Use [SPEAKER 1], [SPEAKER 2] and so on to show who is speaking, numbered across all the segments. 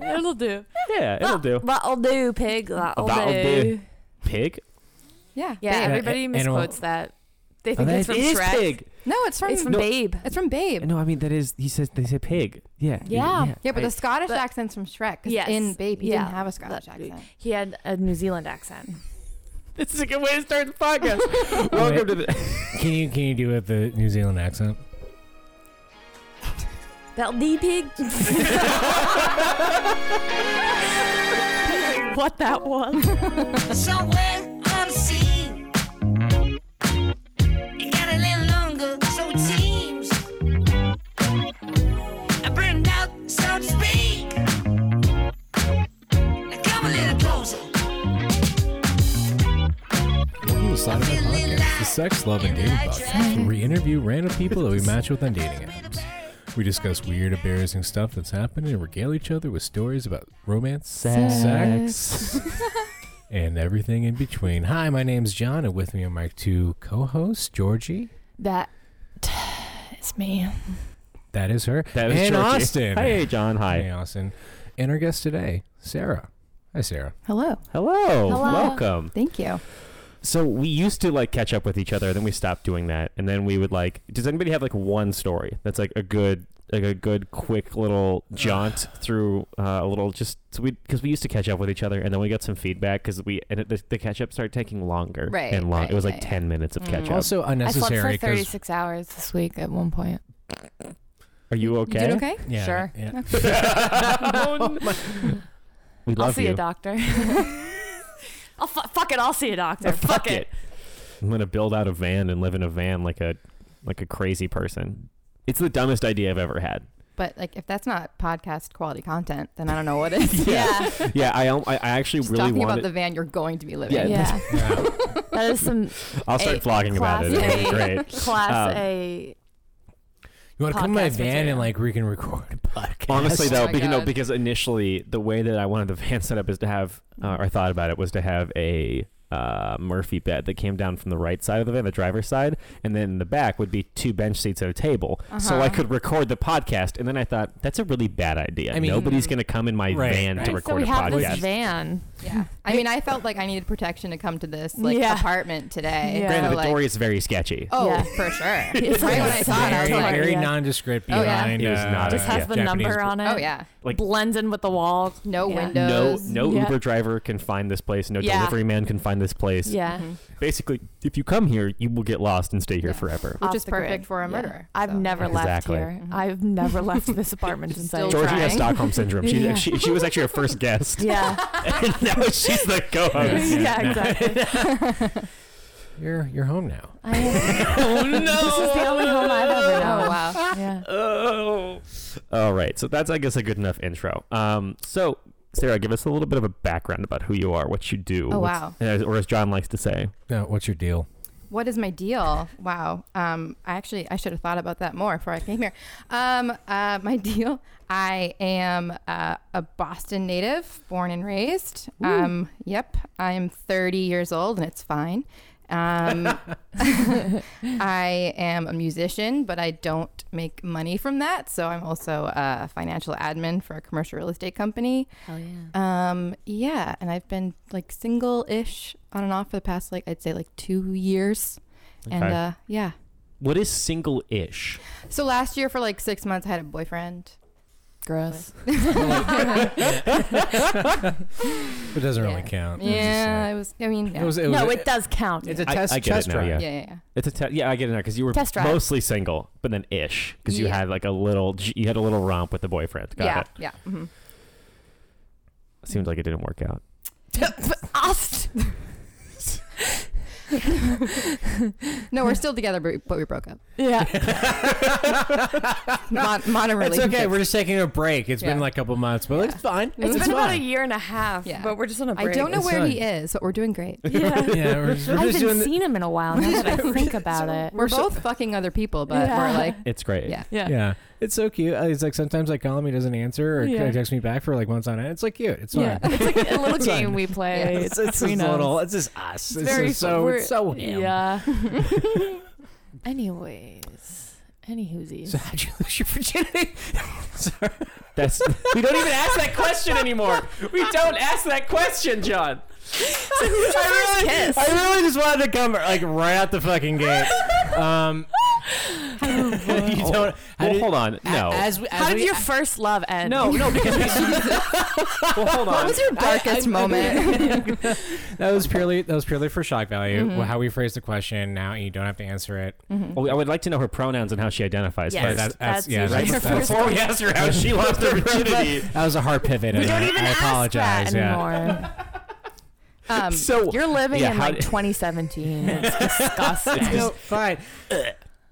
[SPEAKER 1] It'll do.
[SPEAKER 2] Yeah, it'll do.
[SPEAKER 3] That'll do, pig. That'll,
[SPEAKER 2] That'll
[SPEAKER 3] do.
[SPEAKER 2] do. Pig?
[SPEAKER 1] Yeah.
[SPEAKER 3] Yeah.
[SPEAKER 1] Yeah.
[SPEAKER 3] Uh,
[SPEAKER 1] everybody
[SPEAKER 2] a-
[SPEAKER 1] misquotes that. They think
[SPEAKER 2] Oh,
[SPEAKER 1] it's
[SPEAKER 2] that
[SPEAKER 1] from
[SPEAKER 2] is
[SPEAKER 1] Shrek.
[SPEAKER 2] pig.
[SPEAKER 1] No, it's from
[SPEAKER 3] It's from
[SPEAKER 2] No.
[SPEAKER 3] Babe.
[SPEAKER 1] it's from Babe.
[SPEAKER 2] No, I mean that is. He says they say pig. Yeah.
[SPEAKER 3] Yeah.
[SPEAKER 1] Yeah, but
[SPEAKER 2] I-
[SPEAKER 1] the Scottish
[SPEAKER 3] But-
[SPEAKER 1] accent's from Shrek. 'cause
[SPEAKER 3] Yes.
[SPEAKER 1] in Babe, he
[SPEAKER 3] Yeah.
[SPEAKER 1] didn't have a Scottish
[SPEAKER 3] That-
[SPEAKER 1] accent.
[SPEAKER 3] He had a New Zealand accent.
[SPEAKER 2] this is a good way to start the podcast. Welcome to the.
[SPEAKER 4] Can you can you do it with the New Zealand accent?
[SPEAKER 3] That'll do, pig. what that was.
[SPEAKER 5] somewhere unseen. It got a little longer, so it seems. I burned out, so to speak. Now come a little closer.
[SPEAKER 4] Welcome to Side Effect Podcast, the sex-loving dating podcast where we interview random people that we match with on dating apps. We discuss weird, embarrassing stuff that's happened and regale each other with stories about romance,
[SPEAKER 2] Sex.
[SPEAKER 4] and everything in between. Hi, my name's John, and with me are my two co-hosts, Georgie.
[SPEAKER 1] That
[SPEAKER 3] It's me.
[SPEAKER 4] That is her.
[SPEAKER 2] That was
[SPEAKER 4] and
[SPEAKER 2] Georgie.
[SPEAKER 4] Austin.
[SPEAKER 2] Hey, John. Hi.
[SPEAKER 4] Hey, Austin. And our guest today, Sarah. Hi, Sarah.
[SPEAKER 1] hello.
[SPEAKER 2] Hello.
[SPEAKER 1] Hello.
[SPEAKER 2] Welcome.
[SPEAKER 1] Thank you.
[SPEAKER 2] So we used to like catch up with each other, then we stopped doing that, and then we would like. Does anybody have like one story that's like a good, like a good quick little jaunt through uh, a little just so we because we used to catch up with each other, and then we got some feedback because we and it, the, the catch up started taking longer
[SPEAKER 1] Right,
[SPEAKER 2] and long.
[SPEAKER 1] right,
[SPEAKER 2] it was like
[SPEAKER 1] right.
[SPEAKER 2] ten minutes of catch up.
[SPEAKER 4] Also
[SPEAKER 1] I slept
[SPEAKER 4] unnecessary
[SPEAKER 1] for
[SPEAKER 4] 'cause-
[SPEAKER 1] 36 hours this week at one point.
[SPEAKER 2] Are you
[SPEAKER 1] You
[SPEAKER 2] okay?
[SPEAKER 1] did okay?
[SPEAKER 4] Yeah,
[SPEAKER 1] Sure.
[SPEAKER 4] yeah.
[SPEAKER 1] Okay.
[SPEAKER 2] Oh, no. we love
[SPEAKER 3] I'll see
[SPEAKER 2] you.
[SPEAKER 3] a doctor. I'll fu- fuck it. I'll see a doctor.
[SPEAKER 2] Oh, fuck it. I'm gonna build out a van and live in a van like a like a crazy person. It's the dumbest idea I've ever had.
[SPEAKER 1] But like, if that's not podcast quality content, then I don't know what is.
[SPEAKER 2] Yeah. Yeah, I al- I, I actually
[SPEAKER 1] Just
[SPEAKER 2] really
[SPEAKER 1] talking
[SPEAKER 2] want
[SPEAKER 1] about the van you're going to be living.
[SPEAKER 2] Yeah,
[SPEAKER 1] in.
[SPEAKER 3] Yeah.
[SPEAKER 4] Yeah.
[SPEAKER 3] That is some
[SPEAKER 2] I'll start
[SPEAKER 3] A
[SPEAKER 2] vlogging about
[SPEAKER 3] class
[SPEAKER 2] it. It'll be
[SPEAKER 3] A.
[SPEAKER 2] great.
[SPEAKER 3] class
[SPEAKER 2] Um,
[SPEAKER 3] A.
[SPEAKER 4] You want to come to my
[SPEAKER 3] podcast
[SPEAKER 4] van
[SPEAKER 3] material.
[SPEAKER 4] and like we can record a podcast?
[SPEAKER 2] Honestly,
[SPEAKER 3] Oh
[SPEAKER 2] though,
[SPEAKER 1] my
[SPEAKER 2] because, no,
[SPEAKER 1] God.
[SPEAKER 2] because initially the way that I wanted the van set up is to have, uh, or I thought about it, was to have a uh, Murphy bed that came down from the right side of the van, the driver's side, and then in the back would be two bench seats and a table, so I
[SPEAKER 1] Uh-huh.
[SPEAKER 2] could record the podcast. And then I thought that's a really bad idea.
[SPEAKER 4] I mean-
[SPEAKER 2] nobody's going to come in my
[SPEAKER 4] Right,
[SPEAKER 2] van
[SPEAKER 4] right.
[SPEAKER 2] to
[SPEAKER 4] So
[SPEAKER 2] record
[SPEAKER 3] So we
[SPEAKER 2] a
[SPEAKER 3] have
[SPEAKER 2] podcast.
[SPEAKER 3] this van.
[SPEAKER 1] Yeah. I mean, I felt like I needed protection to come to this like
[SPEAKER 3] Yeah.
[SPEAKER 1] apartment today.
[SPEAKER 3] Yeah.
[SPEAKER 2] Granted,
[SPEAKER 1] So,
[SPEAKER 2] the
[SPEAKER 1] like,
[SPEAKER 2] door is very sketchy.
[SPEAKER 1] Oh,
[SPEAKER 3] Yeah.
[SPEAKER 1] for sure.
[SPEAKER 3] It's
[SPEAKER 1] Right
[SPEAKER 3] like
[SPEAKER 1] when I saw it, I was
[SPEAKER 4] very,
[SPEAKER 1] like-
[SPEAKER 4] very
[SPEAKER 3] Yeah.
[SPEAKER 4] nondescript
[SPEAKER 1] Oh, yeah.
[SPEAKER 4] behind.
[SPEAKER 2] It was
[SPEAKER 4] uh,
[SPEAKER 2] not a-
[SPEAKER 3] Just has
[SPEAKER 2] Yeah.
[SPEAKER 3] the
[SPEAKER 4] Japanese
[SPEAKER 3] number
[SPEAKER 4] book.
[SPEAKER 3] on it.
[SPEAKER 1] Oh yeah.
[SPEAKER 2] Like
[SPEAKER 3] Blends in with the wall.
[SPEAKER 1] No
[SPEAKER 3] Yeah.
[SPEAKER 2] no,
[SPEAKER 1] windows.
[SPEAKER 2] no
[SPEAKER 3] Yeah.
[SPEAKER 2] Uber driver can find this place. No
[SPEAKER 3] Yeah.
[SPEAKER 2] delivery man can find this place.
[SPEAKER 3] Yeah.
[SPEAKER 1] Mhm.
[SPEAKER 2] Basically, if you come here, you will get lost and stay here
[SPEAKER 1] Yeah.
[SPEAKER 2] forever.
[SPEAKER 1] Which
[SPEAKER 3] Off
[SPEAKER 1] is
[SPEAKER 3] the grid.
[SPEAKER 1] perfect for a
[SPEAKER 3] Yeah.
[SPEAKER 1] murderer,
[SPEAKER 3] I've
[SPEAKER 1] so,
[SPEAKER 3] never
[SPEAKER 1] yeah.
[SPEAKER 3] left
[SPEAKER 2] Exactly.
[SPEAKER 3] here.
[SPEAKER 6] Mm-hmm.
[SPEAKER 1] Mhm.
[SPEAKER 3] I've never left this apartment
[SPEAKER 1] She's
[SPEAKER 3] since I
[SPEAKER 1] still
[SPEAKER 2] Georgie has
[SPEAKER 1] trying.
[SPEAKER 2] Stockholm syndrome. She,
[SPEAKER 3] Yeah.
[SPEAKER 2] she, she was actually our first guest.
[SPEAKER 3] Yeah.
[SPEAKER 2] and now she's the
[SPEAKER 6] Oh,
[SPEAKER 2] co-host.
[SPEAKER 4] Yeah.
[SPEAKER 3] yeah, exactly.
[SPEAKER 4] You're you're home now.
[SPEAKER 3] I am.
[SPEAKER 6] Oh,
[SPEAKER 3] This is the only home I've
[SPEAKER 1] Oh
[SPEAKER 3] ever known.
[SPEAKER 1] wow.
[SPEAKER 3] Yeah.
[SPEAKER 2] Oh. All right. So that's, I guess, a good enough intro. Um, so, Sarah, give us a little bit of a background about who you are, what you do.
[SPEAKER 1] Oh,
[SPEAKER 2] what's-
[SPEAKER 1] wow.
[SPEAKER 2] and as- Or as John likes to say.
[SPEAKER 4] No, what's your deal?
[SPEAKER 1] What is my deal? Wow. Um, I actually I should have thought about that more before I came here. Um, uh, my deal. I am uh, a Boston native, born and raised. Um, yep. I am 30 years old, and it's fine. Um, I am a musician, but I don't make money from that. So I'm also a financial admin for a commercial real estate company.
[SPEAKER 3] Hell
[SPEAKER 6] Uh,
[SPEAKER 3] yeah.
[SPEAKER 1] Um, yeah, and I've been like single-ish on and off for the past like I'd say like two years, and
[SPEAKER 2] Okay.
[SPEAKER 1] uh, yeah.
[SPEAKER 2] What is single-ish?
[SPEAKER 1] So last year for like six months, I had a boyfriend.
[SPEAKER 3] Gross.
[SPEAKER 4] It doesn't really
[SPEAKER 1] Yeah.
[SPEAKER 4] count. It was just
[SPEAKER 1] Yeah,
[SPEAKER 4] like-
[SPEAKER 1] it was. I mean, yeah.
[SPEAKER 4] It was. It was
[SPEAKER 3] No, it does count.
[SPEAKER 4] It's a
[SPEAKER 2] I-
[SPEAKER 4] test.
[SPEAKER 2] I get it
[SPEAKER 4] test
[SPEAKER 2] now,
[SPEAKER 4] drive.
[SPEAKER 2] yeah.
[SPEAKER 1] yeah, yeah, yeah.
[SPEAKER 2] It's a te- yeah, I get it now because you were
[SPEAKER 3] Test drive.
[SPEAKER 2] mostly single, but then ish because you
[SPEAKER 1] Yeah.
[SPEAKER 2] had like a little, you had a little romp with the boyfriend. Got
[SPEAKER 1] yeah,
[SPEAKER 2] it.
[SPEAKER 1] yeah.
[SPEAKER 3] Mm-hmm.
[SPEAKER 1] mhm.
[SPEAKER 2] Seems like it didn't work out.
[SPEAKER 3] Ost.
[SPEAKER 1] No, we're still together, but we, but we broke up.
[SPEAKER 3] Yeah.
[SPEAKER 1] Mon- modern
[SPEAKER 4] It's
[SPEAKER 1] relationship.
[SPEAKER 4] okay. We're just taking a break. It's been
[SPEAKER 1] Yeah.
[SPEAKER 4] like a couple months, but it's fine.
[SPEAKER 3] It's been about a
[SPEAKER 4] fine.
[SPEAKER 3] year and a half,
[SPEAKER 1] Yeah.
[SPEAKER 3] but we're just on a
[SPEAKER 1] I
[SPEAKER 3] break.
[SPEAKER 1] don't know
[SPEAKER 4] It's
[SPEAKER 1] where he
[SPEAKER 4] fine.
[SPEAKER 1] is, but we're doing great.
[SPEAKER 3] Yeah.
[SPEAKER 4] Yeah, we're just, we're
[SPEAKER 3] I
[SPEAKER 4] just doing.
[SPEAKER 3] haven't
[SPEAKER 4] The,
[SPEAKER 3] seen him in a while. Now that I think about it,
[SPEAKER 1] We're, both fucking other people, but
[SPEAKER 3] Yeah.
[SPEAKER 1] we're like,
[SPEAKER 2] It's great.
[SPEAKER 1] yeah.
[SPEAKER 3] yeah.
[SPEAKER 4] yeah, it's so cute. Uh, It's like sometimes I call him, he doesn't answer, or
[SPEAKER 3] Yeah.
[SPEAKER 4] text me back for like months on end. It's like cute. It's fine.
[SPEAKER 3] Yeah. It's like a little
[SPEAKER 4] It's
[SPEAKER 3] game
[SPEAKER 4] fine.
[SPEAKER 3] we play.
[SPEAKER 1] Yeah.
[SPEAKER 4] It's, it's just
[SPEAKER 3] between us.
[SPEAKER 4] little. It's just us. It's,
[SPEAKER 3] very
[SPEAKER 4] just so.
[SPEAKER 3] we're-
[SPEAKER 4] It's so him.
[SPEAKER 3] Yeah. Anyways,
[SPEAKER 6] Any hoosies.
[SPEAKER 4] So how'd you lose your virginity? Sorry.
[SPEAKER 2] That's
[SPEAKER 4] We don't even ask that question anymore. We don't ask that question, John. I, really,
[SPEAKER 6] kiss?
[SPEAKER 4] I really just wanted to come like right out the fucking gate. Um, you don't. how
[SPEAKER 2] Oh, well,
[SPEAKER 4] did-
[SPEAKER 2] hold on.
[SPEAKER 4] a-
[SPEAKER 2] No.
[SPEAKER 4] As we, as
[SPEAKER 6] How did
[SPEAKER 4] we,
[SPEAKER 6] your first love end?
[SPEAKER 4] no, no, because we,
[SPEAKER 2] well, hold on.
[SPEAKER 1] What was your darkest
[SPEAKER 4] I- I-
[SPEAKER 1] moment?
[SPEAKER 4] that was purely that was purely for shock value.
[SPEAKER 6] Mm-hmm.
[SPEAKER 4] How we phrased the question. Now you don't have to answer it.
[SPEAKER 2] Well, I would like to know her pronouns and how she identifies.
[SPEAKER 6] Yes,
[SPEAKER 4] Yeah,
[SPEAKER 2] first.
[SPEAKER 4] that- that's-
[SPEAKER 6] that's,
[SPEAKER 4] yeah,
[SPEAKER 6] usually
[SPEAKER 4] that's-
[SPEAKER 6] your
[SPEAKER 4] that's-
[SPEAKER 6] first
[SPEAKER 2] Before
[SPEAKER 6] love.
[SPEAKER 2] we asked her how she lost her virginity.
[SPEAKER 4] That was a hard pivot.
[SPEAKER 6] We
[SPEAKER 4] and
[SPEAKER 6] don't
[SPEAKER 4] I-
[SPEAKER 6] even
[SPEAKER 4] I
[SPEAKER 6] ask
[SPEAKER 4] apologize.
[SPEAKER 6] that
[SPEAKER 4] yeah.
[SPEAKER 6] anymore. Um,
[SPEAKER 2] So-
[SPEAKER 6] you're living
[SPEAKER 2] Yeah,
[SPEAKER 6] in
[SPEAKER 2] how
[SPEAKER 6] like
[SPEAKER 2] did-
[SPEAKER 6] 2017. It's disgusting.
[SPEAKER 4] No, fine.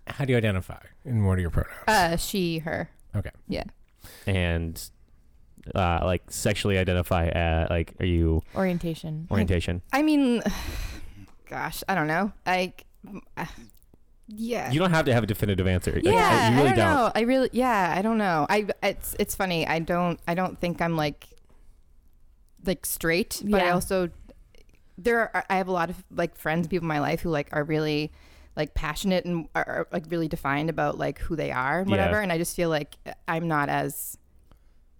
[SPEAKER 4] How do you identify?
[SPEAKER 7] And what are your pronouns?
[SPEAKER 1] uh, she, her.
[SPEAKER 7] Okay.
[SPEAKER 1] Yeah.
[SPEAKER 2] and uh, like sexually identify at like are you
[SPEAKER 6] Orientation.
[SPEAKER 2] orientation?
[SPEAKER 1] I mean, gosh, I don't know. Like, uh, yeah.
[SPEAKER 2] You don't have to have a definitive answer. Like,
[SPEAKER 1] yeah,
[SPEAKER 2] you really
[SPEAKER 1] I don't, know. I really, yeah, I don't know. I it's it's funny. I don't I don't think I'm like like straight, but I
[SPEAKER 6] Yeah.
[SPEAKER 1] also there are I have a lot of like friends, people in my life who like are really like passionate and are, are like really defined about like who they are and
[SPEAKER 2] Yeah.
[SPEAKER 1] whatever. And I just feel like I'm not as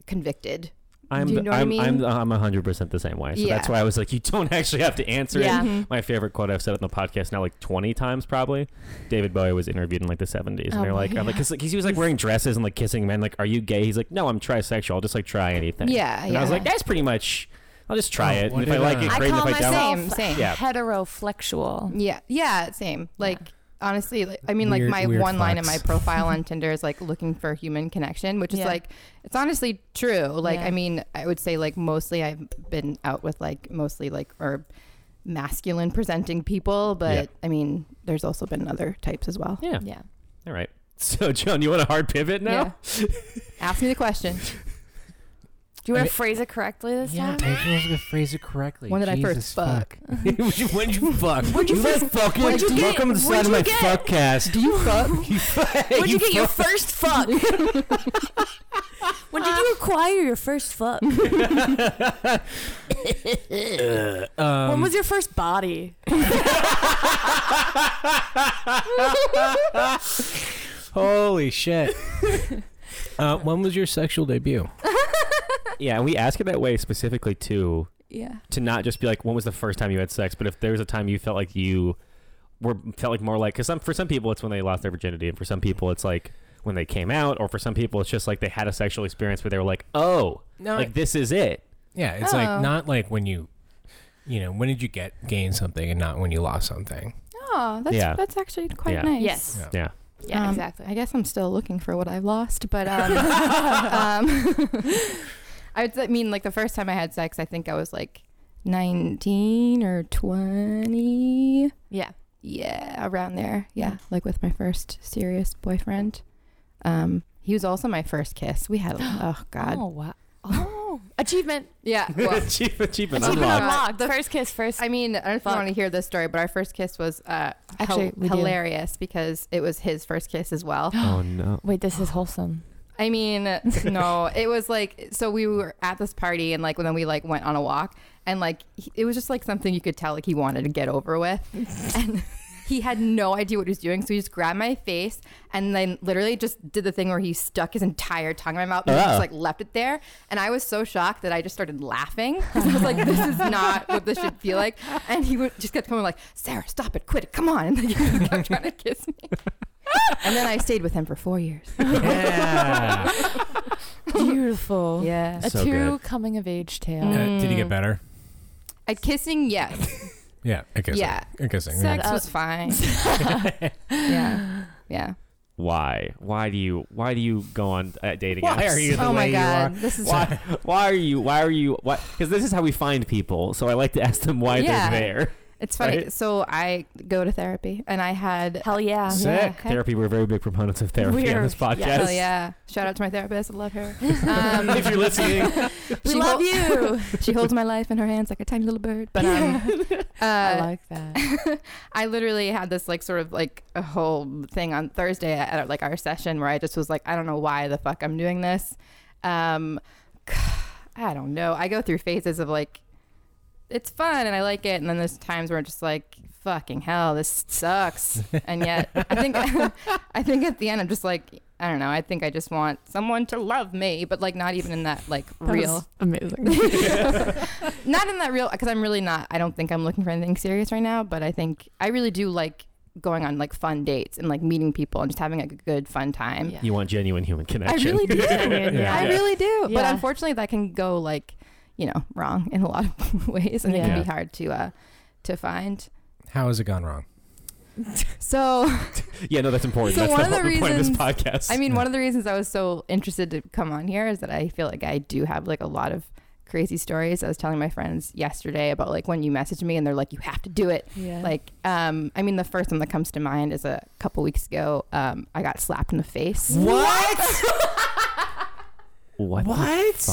[SPEAKER 1] convicted.
[SPEAKER 2] I'm,
[SPEAKER 1] Do you know what I
[SPEAKER 2] I'm,
[SPEAKER 1] mean?
[SPEAKER 2] I'm, I'm 100% the same way. So that's
[SPEAKER 1] Yeah.
[SPEAKER 2] why I was like, you don't actually have to answer
[SPEAKER 6] Yeah.
[SPEAKER 2] it. My favorite quote I've said on the podcast now, like 20 times probably. David Bowie was interviewed in like the 70s. And
[SPEAKER 6] Oh,
[SPEAKER 2] they're like,
[SPEAKER 6] boy,
[SPEAKER 2] I'm like, cause like, he was like wearing dresses and like kissing men. Like, are you gay? He's like, no, I'm trisexual. I'll just like try anything.
[SPEAKER 1] Yeah,
[SPEAKER 2] And I was
[SPEAKER 1] yeah.
[SPEAKER 2] like, that's pretty much, I'll just try
[SPEAKER 7] Oh,
[SPEAKER 2] it. And
[SPEAKER 7] what
[SPEAKER 2] if I
[SPEAKER 7] did
[SPEAKER 2] like
[SPEAKER 7] I-
[SPEAKER 2] it,
[SPEAKER 7] I
[SPEAKER 2] great. And if I don't,
[SPEAKER 1] Same, same.
[SPEAKER 2] Yeah.
[SPEAKER 6] heteroflexual.
[SPEAKER 1] Yeah, yeah, same. Like honestly, like I mean,
[SPEAKER 7] Weird-
[SPEAKER 1] like my
[SPEAKER 7] weird
[SPEAKER 1] one line in my
[SPEAKER 7] flex.
[SPEAKER 1] profile on Tinder is like looking for human connection, which is
[SPEAKER 6] Yeah.
[SPEAKER 1] like it's honestly true. Like
[SPEAKER 6] Yeah.
[SPEAKER 1] I mean, I would say like mostly I've been out with like mostly like or masculine presenting people, but
[SPEAKER 2] Yeah.
[SPEAKER 1] I mean, there's also been other types as well.
[SPEAKER 2] yeah.
[SPEAKER 6] Yeah.
[SPEAKER 2] All right. So, Joan, you want a hard pivot now?
[SPEAKER 1] Yeah. Ask me the question.
[SPEAKER 6] Do you want to phrase it correctly this
[SPEAKER 4] Yeah,
[SPEAKER 6] time?
[SPEAKER 4] I'm supposed to phrase it correctly.
[SPEAKER 1] When did I first
[SPEAKER 4] Jesus
[SPEAKER 1] fuck?
[SPEAKER 4] When'd you- when'd you fuck? When'd
[SPEAKER 6] you
[SPEAKER 4] guys
[SPEAKER 6] first-
[SPEAKER 4] fuck?
[SPEAKER 6] when'd you get-
[SPEAKER 4] Welcome to the side
[SPEAKER 6] when'd
[SPEAKER 4] of my
[SPEAKER 6] you get-
[SPEAKER 4] fuckcast. Do you fuck?
[SPEAKER 6] When did you get your first fuck? when did you acquire your first fuck?
[SPEAKER 4] Um,
[SPEAKER 6] when was your first body?
[SPEAKER 4] Holy shit!
[SPEAKER 7] Uh, when was your sexual debut?
[SPEAKER 2] Yeah, and we ask it that way specifically too,
[SPEAKER 6] Yeah.
[SPEAKER 2] to not just be like, when was the first time you had sex, but if there was a time you felt like you were felt like more like, because some for some people it's when they lost their virginity, and for some people it's like when they came out, or for some people it's just like they had a sexual experience where they were like, oh,
[SPEAKER 4] No,
[SPEAKER 2] like this is it.
[SPEAKER 7] Yeah, it's
[SPEAKER 1] Oh.
[SPEAKER 7] like not like when you, you know, when did you get gain something and not when you lost something.
[SPEAKER 1] Oh, that's
[SPEAKER 2] Yeah.
[SPEAKER 1] that's actually quite
[SPEAKER 2] Yeah.
[SPEAKER 1] nice.
[SPEAKER 6] Yes.
[SPEAKER 7] Yeah.
[SPEAKER 2] Yeah,
[SPEAKER 6] Yeah,
[SPEAKER 1] Um,
[SPEAKER 6] exactly.
[SPEAKER 1] I guess I'm still looking for what I lost, but um, um, I would- I mean, like the first time I had sex, I think I was like 19 or 20.
[SPEAKER 6] yeah.
[SPEAKER 1] Yeah, around there. Yeah, like with my first serious boyfriend. Um, he was also my first kiss. We had, oh God.
[SPEAKER 6] Oh wow. Oh, achievement.
[SPEAKER 1] Yeah. Well,
[SPEAKER 2] Achieve-
[SPEAKER 6] Achievement
[SPEAKER 2] achievement unlocked.
[SPEAKER 1] unlocked.
[SPEAKER 6] unlocked. first kiss, first.
[SPEAKER 1] I mean, I don't know if
[SPEAKER 6] Fuck.
[SPEAKER 1] you want to hear this story, but our first kiss was uh,
[SPEAKER 6] Actually,
[SPEAKER 1] hel-
[SPEAKER 6] we do.
[SPEAKER 1] hilarious because it was his first kiss as well.
[SPEAKER 2] Oh no.
[SPEAKER 6] Wait, this is wholesome.
[SPEAKER 1] I mean, no, it was like so we were at this party and like when we like went on a walk and like he- it was just like something you could tell like he wanted to get over with and he had no idea what he was doing so he just grabbed my face and then literally just did the thing where he stuck his entire tongue in my mouth and
[SPEAKER 2] Ah.
[SPEAKER 1] just like left it there and I was so shocked that I just started laughing 'cause I was like this is not what this should feel like and he would just kept coming like Sarah stop it quit it come on and like, he kept trying to kiss me and then I stayed with him for four years
[SPEAKER 4] Yeah.
[SPEAKER 6] Beautiful.
[SPEAKER 1] yeah
[SPEAKER 6] A
[SPEAKER 2] So
[SPEAKER 6] true
[SPEAKER 2] good.
[SPEAKER 6] coming of age tale.
[SPEAKER 7] Uh, did you
[SPEAKER 1] Mm.
[SPEAKER 7] get better?
[SPEAKER 1] At Uh, kissing, yes.
[SPEAKER 7] Yeah, I guess.
[SPEAKER 1] Yeah.
[SPEAKER 7] I guess.
[SPEAKER 1] Sex
[SPEAKER 6] Uh,
[SPEAKER 1] was fine. yeah. Yeah.
[SPEAKER 2] Why? Why do you? Why do you go on uh, dating?
[SPEAKER 4] Why
[SPEAKER 2] apps?
[SPEAKER 4] are you the
[SPEAKER 1] Oh my
[SPEAKER 4] way you are?
[SPEAKER 1] God. This is
[SPEAKER 2] Why? Why are you? Why are you? Why? Because this is how we find people. So I like to ask them why
[SPEAKER 1] Yeah.
[SPEAKER 2] they're there.
[SPEAKER 1] it's funny.
[SPEAKER 2] Right?
[SPEAKER 1] So I go to therapy and I had Oh,
[SPEAKER 6] Hell yeah.
[SPEAKER 1] Yeah,
[SPEAKER 4] Sick.
[SPEAKER 1] okay.
[SPEAKER 2] Therapy. We're very big proponents of therapy on
[SPEAKER 6] We're-
[SPEAKER 2] this podcast.
[SPEAKER 6] yeah.
[SPEAKER 1] Hell yeah. Shout out to my therapist. I love her. Um,
[SPEAKER 2] if you're listening,
[SPEAKER 6] We
[SPEAKER 1] she
[SPEAKER 6] love
[SPEAKER 1] hol-
[SPEAKER 6] you.
[SPEAKER 1] she holds my life in her hands like a tiny little bird. But um,
[SPEAKER 6] I
[SPEAKER 1] uh,
[SPEAKER 6] like that.
[SPEAKER 1] I literally had this like sort of like a whole thing on Thursday at, at, like our session where I just was like, I don't know why the fuck I'm doing this. Um, I don't know. I go through phases of like, it's fun and I like it, and then there's times where I'm just like, fucking hell, this sucks. And yet, I think, I think at the end, I'm just like, I don't know. I think I just want someone to love me, but like not even in that like real,
[SPEAKER 6] amazing.
[SPEAKER 1] not in that real, because I'm really not. I don't think I'm looking for anything serious right now. But I think I really do like going on like fun dates and like meeting people and just having like a good fun time.
[SPEAKER 6] Yeah.
[SPEAKER 2] You want genuine human
[SPEAKER 1] I
[SPEAKER 2] connection.
[SPEAKER 1] really do.
[SPEAKER 6] Yeah.
[SPEAKER 1] I really do. But
[SPEAKER 6] Yeah.
[SPEAKER 1] unfortunately, that can go like, you know, wrong in a lot of ways, and it
[SPEAKER 2] Yeah.
[SPEAKER 1] can be hard to uh, to find.
[SPEAKER 4] How has it gone wrong?
[SPEAKER 1] So,
[SPEAKER 2] yeah, no, that's important.
[SPEAKER 1] So
[SPEAKER 2] that's
[SPEAKER 1] one
[SPEAKER 2] the
[SPEAKER 1] of
[SPEAKER 2] whole
[SPEAKER 1] the
[SPEAKER 2] point of this
[SPEAKER 1] reasons-
[SPEAKER 2] podcast.
[SPEAKER 1] I mean, one of the reasons I was so interested to come on here is that I feel like I do have like a lot of crazy stories. I was telling my friends yesterday about like when you message me and they're like, you have to do it.
[SPEAKER 6] Yeah.
[SPEAKER 1] Like, um, I mean, the first one that comes to mind is a couple weeks ago. Um, I got slapped in the face.
[SPEAKER 8] What?
[SPEAKER 2] what?
[SPEAKER 8] What?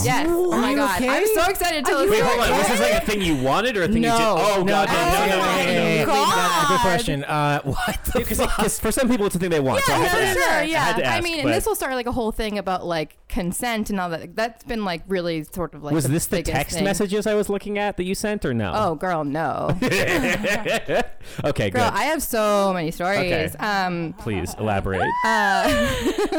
[SPEAKER 1] Yes. Oh my
[SPEAKER 8] You
[SPEAKER 1] god.
[SPEAKER 8] okay?
[SPEAKER 1] I'm so excited to tell you.
[SPEAKER 2] Wait, hold on. Was this like a thing you wanted or a thing you did? Oh god,
[SPEAKER 1] no,
[SPEAKER 2] no, no, no, no, no, no.
[SPEAKER 4] Good question. Uh, what the
[SPEAKER 2] Because for some people, it's a thing they want. so I
[SPEAKER 1] Yeah,
[SPEAKER 2] had to ask.
[SPEAKER 1] for sure.
[SPEAKER 2] I
[SPEAKER 1] Yeah.
[SPEAKER 2] had to ask,
[SPEAKER 1] mean,
[SPEAKER 2] but
[SPEAKER 1] and this will start like a whole thing about like consent and all that. That's been like really sort of like
[SPEAKER 2] was
[SPEAKER 1] the
[SPEAKER 2] this the
[SPEAKER 1] biggest
[SPEAKER 2] text
[SPEAKER 1] thing.
[SPEAKER 2] messages I was looking at that you sent or no?
[SPEAKER 1] Oh, girl, no, girl,
[SPEAKER 2] okay, good.
[SPEAKER 1] I have so many stories.
[SPEAKER 2] Okay.
[SPEAKER 1] Um,
[SPEAKER 2] Please elaborate.
[SPEAKER 1] uh,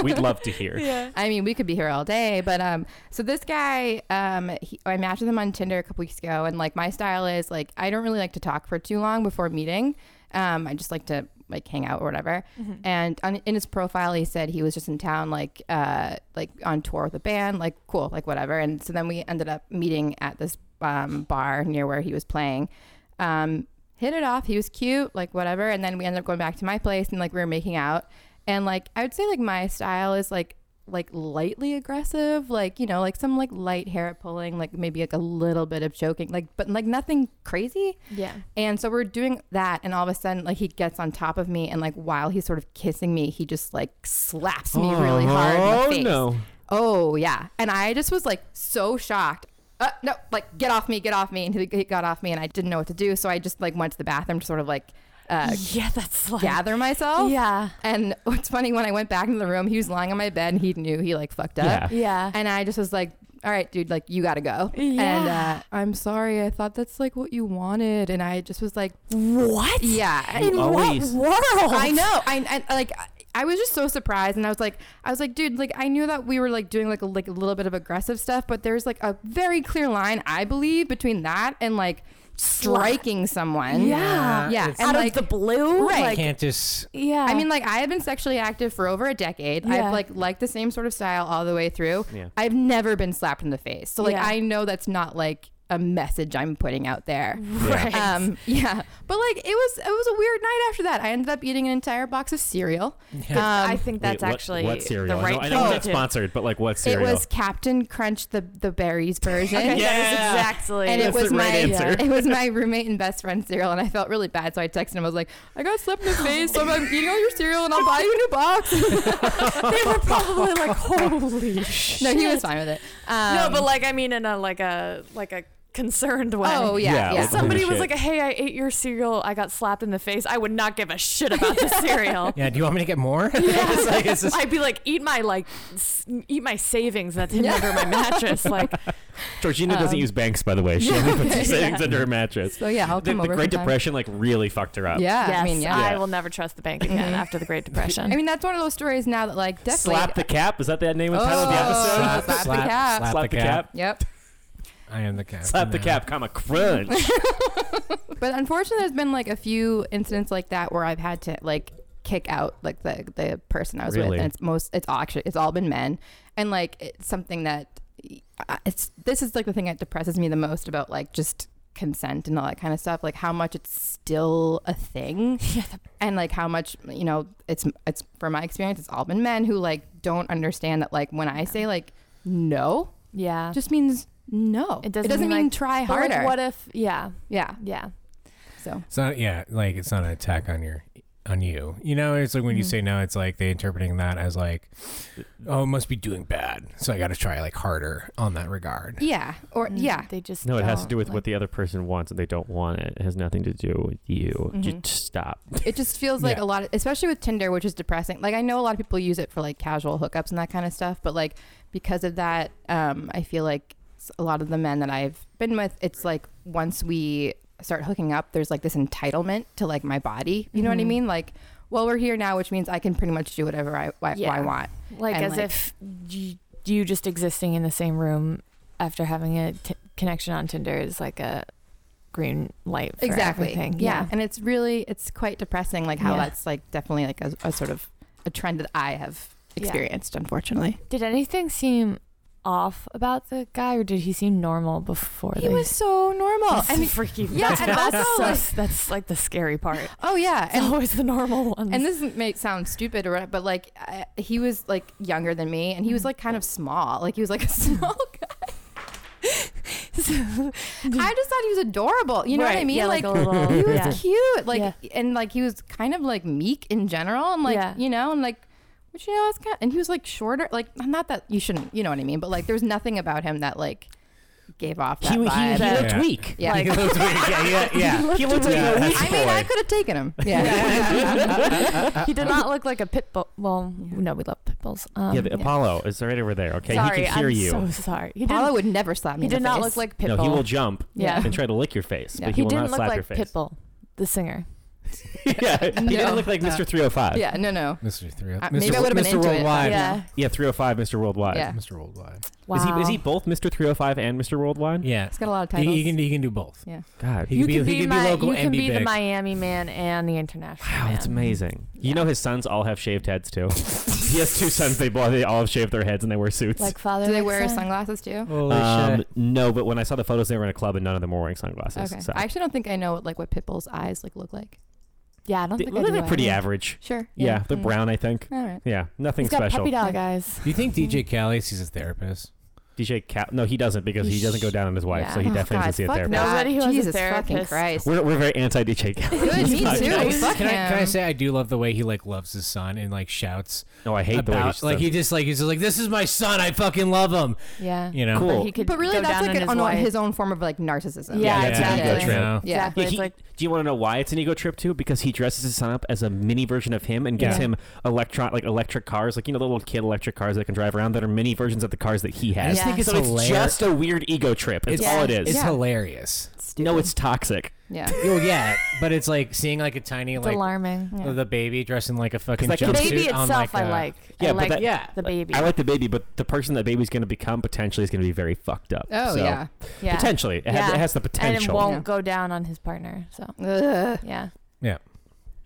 [SPEAKER 2] We'd love to hear.
[SPEAKER 1] I mean, we could be here all day, but um, so this guy, um, he, I matched with him on Tinder a couple weeks ago, and like my style is like I don't really like to talk for too long before meeting. Um, I just like to like hang out or whatever. And on, in his profile, he said he was just in town, like uh, like on tour with a band, like cool, like whatever. And so then we ended up meeting at this um, bar near where he was playing. Um, hit it off. He was cute, like whatever. And then we ended up going back to my place, and like we were making out. And like I would say, like my style is like like lightly aggressive, like you know, like some like light hair pulling, like maybe like a little bit of choking, like but like nothing crazy.
[SPEAKER 6] Yeah.
[SPEAKER 1] And so we're doing that, and all of a sudden, like he gets on top of me, and like while he's sort of kissing me, he just like slaps me really hard. in
[SPEAKER 2] Oh,
[SPEAKER 1] the face.
[SPEAKER 2] no.
[SPEAKER 1] Oh yeah, and I just was like so shocked. Uh, no, like get off me, get off me, and he, he got off me, and I didn't know what to do, so I just like went to the bathroom to sort of like uh,
[SPEAKER 3] Yeah, that's like.
[SPEAKER 1] gather myself.
[SPEAKER 6] Yeah.
[SPEAKER 1] And what's funny when I went back into the room, he was lying on my bed, and he knew he like fucked up.
[SPEAKER 2] Yeah.
[SPEAKER 6] Yeah.
[SPEAKER 1] And I just was like, all right, dude, like you gotta go. And
[SPEAKER 6] Yeah.
[SPEAKER 1] uh, I'm sorry, I thought that's like what you wanted, and I just was like,
[SPEAKER 3] What?
[SPEAKER 1] yeah. And-
[SPEAKER 3] In
[SPEAKER 2] always-
[SPEAKER 3] what world?
[SPEAKER 1] I know. I, I like. I- I was just so surprised, and I was like, I was like, dude, like I knew that we were like doing like a, like a little bit of aggressive stuff, but there's like a very clear line, I believe, between that and like striking someone.
[SPEAKER 6] Yeah.
[SPEAKER 1] yeah.
[SPEAKER 4] It's-
[SPEAKER 1] And
[SPEAKER 3] Out
[SPEAKER 1] like,
[SPEAKER 3] of the blue?
[SPEAKER 1] Right.
[SPEAKER 4] I
[SPEAKER 3] Like,
[SPEAKER 4] can't just.
[SPEAKER 6] Yeah.
[SPEAKER 1] I mean, like I have been sexually active for over a decade.
[SPEAKER 6] Yeah.
[SPEAKER 1] I've like liked the same sort of style all the way through.
[SPEAKER 2] Yeah.
[SPEAKER 1] I've never been slapped in the face, so like
[SPEAKER 6] Yeah.
[SPEAKER 1] I know that's not like a message I'm putting out there.
[SPEAKER 2] Right.
[SPEAKER 1] Um, yeah, but like it was it was a weird night after that. I ended up eating an entire box of cereal. Um,
[SPEAKER 6] I think that's
[SPEAKER 2] Wait, what-
[SPEAKER 6] actually
[SPEAKER 2] what cereal?
[SPEAKER 6] the
[SPEAKER 2] I know-
[SPEAKER 6] right
[SPEAKER 2] I
[SPEAKER 6] thing
[SPEAKER 2] know it's
[SPEAKER 6] to
[SPEAKER 2] not
[SPEAKER 6] do.
[SPEAKER 2] sponsored, but like what cereal?
[SPEAKER 1] It was Captain Crunch, the the berries version.
[SPEAKER 6] Okay, That
[SPEAKER 2] Yeah.
[SPEAKER 6] is exactly.
[SPEAKER 1] And it
[SPEAKER 2] That's
[SPEAKER 1] was
[SPEAKER 2] the right
[SPEAKER 1] my uh,
[SPEAKER 2] answer.
[SPEAKER 1] it was my roommate and best friend cereal, and I felt really bad, so I texted him. I was like, "I got slapped in the face, so I'm eating all your cereal, and I'll buy you a new box."
[SPEAKER 6] they were probably like, holy shit.
[SPEAKER 1] no, he was fine with it. Um,
[SPEAKER 6] no, but like I mean, in a like a like a concerned way.
[SPEAKER 1] oh yeah,
[SPEAKER 2] Yeah,
[SPEAKER 1] yeah.
[SPEAKER 2] like-
[SPEAKER 6] If somebody
[SPEAKER 2] Holy
[SPEAKER 6] was
[SPEAKER 2] shit.
[SPEAKER 6] like, "Hey, I ate your cereal. I got slapped in the face." I would not give a shit about the cereal.
[SPEAKER 4] Yeah. Do you want me to get more? It's like, it's just-
[SPEAKER 6] I'd be like, "Eat my like, s- eat my savings that's hidden under my mattress." Like,
[SPEAKER 2] Georgina doesn't use banks, by the way. She only puts her savings under her mattress.
[SPEAKER 1] so yeah, I'll
[SPEAKER 2] the,
[SPEAKER 1] come
[SPEAKER 2] the
[SPEAKER 1] over.
[SPEAKER 2] Great
[SPEAKER 1] sometime.
[SPEAKER 2] Depression like really fucked her up.
[SPEAKER 1] Yeah,
[SPEAKER 6] yes,
[SPEAKER 1] I mean, yeah.
[SPEAKER 2] Yeah.
[SPEAKER 6] will never trust the bank again after the Great Depression.
[SPEAKER 1] I mean, that's one of those stories now that like definitely.
[SPEAKER 2] Slap the cap. Is that the name of the title of the
[SPEAKER 1] Oh.
[SPEAKER 2] episode?
[SPEAKER 1] Slap the cap.
[SPEAKER 4] Slap,
[SPEAKER 2] Slap the cap.
[SPEAKER 1] Yep.
[SPEAKER 4] I am the cap.
[SPEAKER 2] Slap the cap, comma crunch.
[SPEAKER 1] But unfortunately, there's been like a few incidents like that where I've had to like kick out like the the person I was
[SPEAKER 2] Really?
[SPEAKER 1] with, and it's most it's all actually it's all been men, and like it's something that uh, it's this is like the thing that depresses me the most about like just consent and all that kind of stuff like how much it's still a thing and like how much you know it's it's from my experience it's all been men who like don't understand that like when i say like no
[SPEAKER 6] yeah,
[SPEAKER 1] just means no
[SPEAKER 6] Uh. It doesn't mean,
[SPEAKER 1] mean,
[SPEAKER 6] like-
[SPEAKER 1] try
[SPEAKER 6] But, like,
[SPEAKER 1] harder
[SPEAKER 6] what if? Yeah,
[SPEAKER 1] yeah
[SPEAKER 6] yeah,
[SPEAKER 1] so
[SPEAKER 4] It's not. Yeah. Like it's not an attack on your on you. You know. It's like when you say no. It's like they interpreting that as like, oh, it must be doing bad. So I got to try like harder on that regard.
[SPEAKER 1] yeah or yeah
[SPEAKER 6] Mm, They just
[SPEAKER 2] No, it has to
[SPEAKER 6] don't,
[SPEAKER 2] do with
[SPEAKER 6] like-
[SPEAKER 2] what the other person wants and they don't want it. It has nothing to do with you. Just stop.
[SPEAKER 1] it just feels like
[SPEAKER 4] Yeah.
[SPEAKER 1] a lot, especially with Tinder, which is depressing. Like I know a lot of people use it for like casual hookups and that kind of stuff, but like because of that, um, I feel like s- a lot of the men that I've been with, it's like once we start hooking up, there's like this entitlement to like my body. You know what I mean? Like, well, we're here now, which means I can pretty much do whatever I wh- I
[SPEAKER 6] Yeah.
[SPEAKER 1] want.
[SPEAKER 6] Like
[SPEAKER 1] And,
[SPEAKER 6] as if you, you just existing in the same room after having a t- connection on Tinder is like a green light for
[SPEAKER 1] exactly. Yeah.
[SPEAKER 6] everything.
[SPEAKER 1] and it's really it's quite depressing. Like how
[SPEAKER 6] Yeah.
[SPEAKER 1] that's like definitely like a, a sort of a trend that I have
[SPEAKER 6] Yeah.
[SPEAKER 1] experienced, unfortunately.
[SPEAKER 6] Did anything seem off about the guy, or did he seem normal before?
[SPEAKER 1] He
[SPEAKER 6] they-
[SPEAKER 1] was so normal.
[SPEAKER 6] That's
[SPEAKER 1] And
[SPEAKER 6] freaky.
[SPEAKER 1] yeah,
[SPEAKER 6] that's,
[SPEAKER 1] and
[SPEAKER 6] that's,
[SPEAKER 1] also,
[SPEAKER 6] so-
[SPEAKER 1] like-
[SPEAKER 6] that's like the scary part.
[SPEAKER 1] oh yeah,
[SPEAKER 6] It's
[SPEAKER 1] and
[SPEAKER 6] always the normal ones.
[SPEAKER 1] and this may sound stupid or what, but like I, he was like younger than me and he
[SPEAKER 6] Mm-hmm.
[SPEAKER 1] was like kind of small like he was like a small guy i just thought he was adorable you know what
[SPEAKER 6] Mm.
[SPEAKER 1] i
[SPEAKER 6] Right,
[SPEAKER 1] mean
[SPEAKER 6] yeah,
[SPEAKER 1] like,
[SPEAKER 6] like, a little.
[SPEAKER 1] he was
[SPEAKER 6] yeah.
[SPEAKER 1] cute like
[SPEAKER 6] Yeah.
[SPEAKER 1] and like he was kind of like meek in general and like
[SPEAKER 6] Yeah.
[SPEAKER 1] you know and like which you know it's kind and he was like shorter like not that you shouldn't you know what i mean but like there was nothing about him that like gave off that
[SPEAKER 2] he, he, he
[SPEAKER 1] vibe
[SPEAKER 2] looked
[SPEAKER 4] that- Yeah.
[SPEAKER 2] weak.
[SPEAKER 1] Yeah.
[SPEAKER 2] he looked weak. Yeah, yeah, yeah. He looked like
[SPEAKER 4] weak.
[SPEAKER 2] a
[SPEAKER 1] i
[SPEAKER 2] weak
[SPEAKER 1] mean i
[SPEAKER 2] boy.
[SPEAKER 1] could have taken him yeah
[SPEAKER 6] he did not look like a pit bull. Well, no, we love pit bulls. Um,
[SPEAKER 2] Yeah, the Apollo is right over there. Okay,
[SPEAKER 6] Sorry,
[SPEAKER 2] he can hear
[SPEAKER 6] I'm
[SPEAKER 2] you.
[SPEAKER 6] so sorry. He
[SPEAKER 1] paula
[SPEAKER 6] didn't.
[SPEAKER 1] would never slap me
[SPEAKER 6] He
[SPEAKER 1] in the
[SPEAKER 6] did not
[SPEAKER 1] face.
[SPEAKER 6] look like pit
[SPEAKER 2] no,
[SPEAKER 6] bull.
[SPEAKER 2] he will jump
[SPEAKER 6] Yeah.
[SPEAKER 2] and try to lick your face,
[SPEAKER 1] Yeah.
[SPEAKER 2] but he,
[SPEAKER 6] He
[SPEAKER 2] will
[SPEAKER 6] didn't
[SPEAKER 2] not
[SPEAKER 6] look
[SPEAKER 2] slap
[SPEAKER 6] like
[SPEAKER 2] your face.
[SPEAKER 6] Pitbull, the singer.
[SPEAKER 2] yeah, he didn't look like oh Mr. 305.
[SPEAKER 1] yeah no no
[SPEAKER 4] Mr. Three.
[SPEAKER 1] Uh,
[SPEAKER 4] Mr.
[SPEAKER 1] maybe I
[SPEAKER 4] Wo-
[SPEAKER 1] would've been
[SPEAKER 4] Mr.
[SPEAKER 1] into it, but-
[SPEAKER 4] Worldwide.
[SPEAKER 6] Yeah.
[SPEAKER 2] Yeah, 305 Mr. Worldwide.
[SPEAKER 1] Yeah.
[SPEAKER 4] Mr. Worldwide.
[SPEAKER 6] Wow.
[SPEAKER 2] Is he is he both Mr. 305 and Mr. Worldwide?
[SPEAKER 4] Yeah.
[SPEAKER 1] it's got a lot of
[SPEAKER 4] He,
[SPEAKER 1] titles
[SPEAKER 4] he can he can do both.
[SPEAKER 1] Yeah.
[SPEAKER 2] God.
[SPEAKER 4] He
[SPEAKER 6] you
[SPEAKER 4] can be,
[SPEAKER 6] can
[SPEAKER 4] he
[SPEAKER 6] be,
[SPEAKER 4] can
[SPEAKER 6] my,
[SPEAKER 4] be local
[SPEAKER 6] you
[SPEAKER 4] and
[SPEAKER 6] can
[SPEAKER 4] be,
[SPEAKER 6] be,
[SPEAKER 4] big.
[SPEAKER 6] the Miami man and the international.
[SPEAKER 2] Wow,
[SPEAKER 6] man.
[SPEAKER 2] that's amazing. You know his sons all have shaved heads too. he has two sons. They both they all have shaved their heads and they wear suits.
[SPEAKER 6] Like father.
[SPEAKER 1] do they
[SPEAKER 6] like
[SPEAKER 1] wear
[SPEAKER 6] son.
[SPEAKER 1] sunglasses too
[SPEAKER 4] Holy
[SPEAKER 2] um,
[SPEAKER 4] shit.
[SPEAKER 2] no, but when I saw the photos, they were in a club and none of them were wearing sunglasses.
[SPEAKER 1] Okay.
[SPEAKER 2] So.
[SPEAKER 1] I actually don't think I know what, like what Pitbull's eyes like look like.
[SPEAKER 6] Yeah, I don't
[SPEAKER 2] they,
[SPEAKER 6] think I do
[SPEAKER 2] they're pretty
[SPEAKER 6] either.
[SPEAKER 2] average.
[SPEAKER 1] Sure.
[SPEAKER 2] Yeah, they're
[SPEAKER 1] Mm.
[SPEAKER 2] brown, I think.
[SPEAKER 1] All right.
[SPEAKER 2] Yeah, nothing
[SPEAKER 6] He's got
[SPEAKER 2] special.
[SPEAKER 6] puppy dog eyes.
[SPEAKER 4] Do you think DJ Khaled sees a therapist?
[SPEAKER 2] DJ Cat. No, he doesn't because he,
[SPEAKER 6] He
[SPEAKER 2] doesn't go
[SPEAKER 6] sh-
[SPEAKER 2] down on his wife,
[SPEAKER 6] yeah.
[SPEAKER 2] so he
[SPEAKER 1] Oh,
[SPEAKER 2] definitely
[SPEAKER 1] God,
[SPEAKER 2] doesn't see a
[SPEAKER 1] fuck
[SPEAKER 2] therapist.
[SPEAKER 6] No,
[SPEAKER 1] that.
[SPEAKER 6] but he was a
[SPEAKER 1] Jesus fucking
[SPEAKER 6] therapist.
[SPEAKER 1] Christ.
[SPEAKER 2] We're, we're very anti DJ Khaled.
[SPEAKER 1] Good, me
[SPEAKER 2] Fuck
[SPEAKER 1] too.
[SPEAKER 2] that.
[SPEAKER 1] Fuck
[SPEAKER 4] can I, can I
[SPEAKER 1] him.
[SPEAKER 4] say I do love the way he like loves his son and like shouts
[SPEAKER 2] No, I hate the way
[SPEAKER 4] about
[SPEAKER 2] he's
[SPEAKER 4] like he just like he's just like this is my son I fucking love him
[SPEAKER 6] Yeah.
[SPEAKER 4] you know
[SPEAKER 2] Cool.
[SPEAKER 6] But he could
[SPEAKER 1] But really,
[SPEAKER 6] go down
[SPEAKER 1] that's like
[SPEAKER 6] on
[SPEAKER 1] an,
[SPEAKER 6] his,
[SPEAKER 1] on
[SPEAKER 6] wife.
[SPEAKER 1] his own form of like narcissism.
[SPEAKER 6] Yeah,
[SPEAKER 4] yeah,
[SPEAKER 6] exactly.
[SPEAKER 4] it's an ego trip.
[SPEAKER 1] Yeah.
[SPEAKER 6] Exactly.
[SPEAKER 2] Yeah,
[SPEAKER 6] It's
[SPEAKER 2] he-
[SPEAKER 6] like
[SPEAKER 2] do you want to know why it's an ego trip too? Because he dresses his son up as a mini version of him and gets
[SPEAKER 6] Yeah.
[SPEAKER 2] him electron like electric cars, like you know the little kid electric cars that can drive around that are mini versions of the cars that he has.
[SPEAKER 4] just think
[SPEAKER 6] Yeah.
[SPEAKER 4] it's
[SPEAKER 2] so it's
[SPEAKER 4] hilarious.
[SPEAKER 2] just a weird ego trip. It's all it is.
[SPEAKER 4] it's
[SPEAKER 1] Yeah.
[SPEAKER 4] hilarious
[SPEAKER 2] No, it's toxic.
[SPEAKER 1] Yeah.
[SPEAKER 4] oh yeah but it's like seeing like a tiny
[SPEAKER 6] it's
[SPEAKER 4] like
[SPEAKER 6] alarming.
[SPEAKER 1] Yeah.
[SPEAKER 4] the baby dressing like a fucking
[SPEAKER 2] that
[SPEAKER 6] The
[SPEAKER 2] kid's-
[SPEAKER 4] jumpsuit
[SPEAKER 6] baby
[SPEAKER 4] on
[SPEAKER 6] itself,
[SPEAKER 4] like
[SPEAKER 6] I
[SPEAKER 4] a-
[SPEAKER 6] like.
[SPEAKER 2] Yeah,
[SPEAKER 6] I
[SPEAKER 2] but
[SPEAKER 6] like
[SPEAKER 2] that-
[SPEAKER 4] yeah.
[SPEAKER 6] the baby.
[SPEAKER 2] I like the baby, but the person that baby's going to become potentially is going to be very fucked up.
[SPEAKER 1] Oh
[SPEAKER 2] So,
[SPEAKER 1] yeah.
[SPEAKER 6] yeah.
[SPEAKER 2] Potentially, it, has,
[SPEAKER 6] Yeah.
[SPEAKER 2] it has the
[SPEAKER 6] And it
[SPEAKER 2] potential.
[SPEAKER 6] won't
[SPEAKER 1] Yeah.
[SPEAKER 6] go down on his partner. So
[SPEAKER 1] Ugh.
[SPEAKER 6] yeah.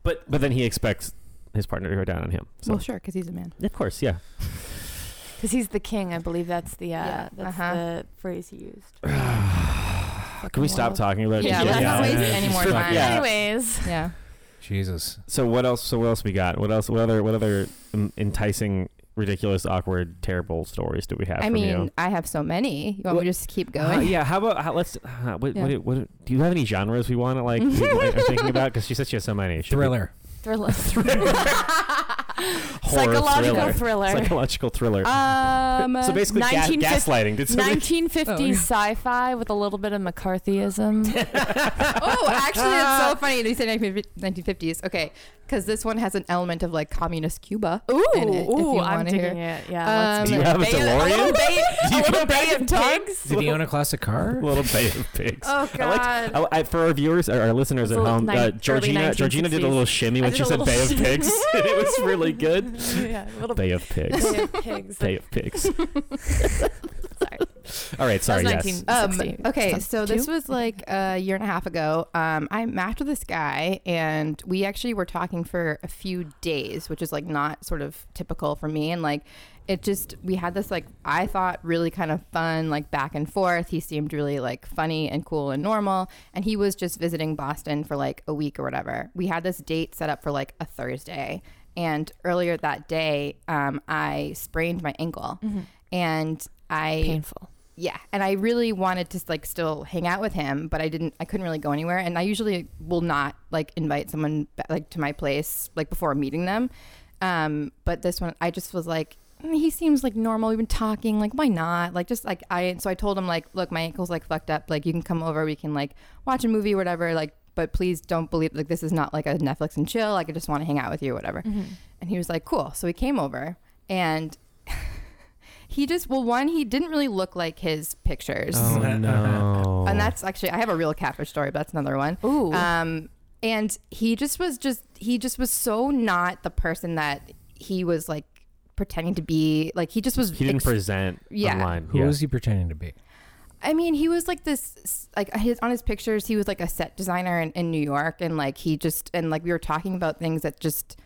[SPEAKER 2] But but then he expects his partner to go down on him. So
[SPEAKER 1] Well, sure, because he's a man.
[SPEAKER 2] of course, yeah.
[SPEAKER 6] Because he's the king, I believe that's the uh,
[SPEAKER 1] Yeah,
[SPEAKER 6] that's
[SPEAKER 1] uh-huh.
[SPEAKER 6] the phrase he used. Oh,
[SPEAKER 2] Can we stop talking about
[SPEAKER 1] Yeah,
[SPEAKER 2] it?
[SPEAKER 1] let's not waste
[SPEAKER 4] Yeah.
[SPEAKER 1] any more
[SPEAKER 4] Yeah.
[SPEAKER 1] time.
[SPEAKER 2] Yeah.
[SPEAKER 6] Anyways,
[SPEAKER 1] Yeah.
[SPEAKER 4] Jesus
[SPEAKER 2] So what else? So what else we got? What else? What other? What other um, enticing, ridiculous, awkward, terrible stories do we have?
[SPEAKER 1] I
[SPEAKER 2] from
[SPEAKER 1] mean,
[SPEAKER 2] you?
[SPEAKER 1] I have so many. You want me to just keep
[SPEAKER 2] Uh,
[SPEAKER 1] going?
[SPEAKER 2] yeah. How about how, let's? Uh, what,
[SPEAKER 1] Yeah.
[SPEAKER 2] what, what? Do you have any genres we want to like? we are thinking about because she said she has so many. Should we-
[SPEAKER 4] thriller
[SPEAKER 6] thriller,
[SPEAKER 2] Horror
[SPEAKER 6] psychological thriller,
[SPEAKER 2] psychological thriller.
[SPEAKER 1] Um.
[SPEAKER 2] so basically, ga-
[SPEAKER 6] 1950
[SPEAKER 2] gaslighting. Did somebody?
[SPEAKER 6] 1950s sci-fi with a little bit of McCarthyism.
[SPEAKER 1] oh, actually, it's so funny that you said 1950s. Okay, because this one has an element of like communist Cuba. in it, if you
[SPEAKER 6] I'm
[SPEAKER 1] wanna hear.
[SPEAKER 6] digging it. Yeah,
[SPEAKER 1] Um,
[SPEAKER 6] let's
[SPEAKER 2] do you have a
[SPEAKER 6] bay- A
[SPEAKER 2] DeLorean?
[SPEAKER 6] little bay,
[SPEAKER 2] you
[SPEAKER 6] a
[SPEAKER 2] go
[SPEAKER 6] little
[SPEAKER 2] back
[SPEAKER 6] bay
[SPEAKER 2] in
[SPEAKER 6] of
[SPEAKER 2] time?
[SPEAKER 6] pigs.
[SPEAKER 4] did he own a classic car
[SPEAKER 2] Little Bay of Pigs.
[SPEAKER 6] Oh
[SPEAKER 2] I liked-
[SPEAKER 6] God.
[SPEAKER 2] I, I, for our viewers, our, our listeners
[SPEAKER 6] It's
[SPEAKER 2] at
[SPEAKER 6] a little
[SPEAKER 2] home,
[SPEAKER 6] nine-
[SPEAKER 2] uh,
[SPEAKER 6] early
[SPEAKER 2] Georgina, Georgina did a
[SPEAKER 6] 1960s.
[SPEAKER 2] little shimmy when
[SPEAKER 6] I
[SPEAKER 2] she
[SPEAKER 6] did a
[SPEAKER 2] said
[SPEAKER 6] little
[SPEAKER 2] Bay of
[SPEAKER 6] shimmy.
[SPEAKER 2] Pigs. it was really good.
[SPEAKER 6] yeah, a little
[SPEAKER 2] Bay of Pigs.
[SPEAKER 6] bay of pigs.
[SPEAKER 2] Bay of Pigs.
[SPEAKER 6] Sorry.
[SPEAKER 2] All right, sorry.
[SPEAKER 6] That was
[SPEAKER 2] Yes.
[SPEAKER 6] 19
[SPEAKER 1] Um,
[SPEAKER 6] 60.
[SPEAKER 1] okay,
[SPEAKER 6] Some-
[SPEAKER 1] so this
[SPEAKER 6] two?
[SPEAKER 1] was like a year and a half ago. Um, I matched with this guy, and we actually were talking for a few days, which is like not sort of typical for me. And like, it just we had this like I thought really kind of fun like back and forth. He seemed really like funny and cool and normal, and he was just visiting Boston for like a week or whatever. We had this date set up for like a Thursday, and earlier that day, um, I sprained my ankle, and. I
[SPEAKER 6] Mm-hmm. painful.
[SPEAKER 1] yeah and i really wanted to like still hang out with him but i didn't i couldn't really go anywhere and i usually will not like invite someone ba- like to my place like before meeting them um but this one i just was like "Mm, he seems like normal we've been talking like why not like just like i so i told him like look my ankle's like fucked up like you can come over we can like watch a movie or whatever like but please don't believe like this is not like a netflix and chill like i just want
[SPEAKER 6] Mm-hmm.
[SPEAKER 1] to hang out with you or whatever and he was like cool so he came over and He just well, one, he didn't really look like his pictures,
[SPEAKER 2] Oh no.
[SPEAKER 1] and that's actually I have a real catfish story, but that's another one.
[SPEAKER 6] Ooh.
[SPEAKER 1] Um, and he just was just he just was so not the person that he was like pretending to be. Like he just was.
[SPEAKER 2] he didn't
[SPEAKER 1] ex-
[SPEAKER 2] present
[SPEAKER 1] yeah.
[SPEAKER 2] online.
[SPEAKER 4] Who
[SPEAKER 2] yeah.
[SPEAKER 4] was he pretending to be?
[SPEAKER 1] I mean, he was like this, like his on his pictures, he was like a set designer in, in New York, and like he just and like we were talking about things that just,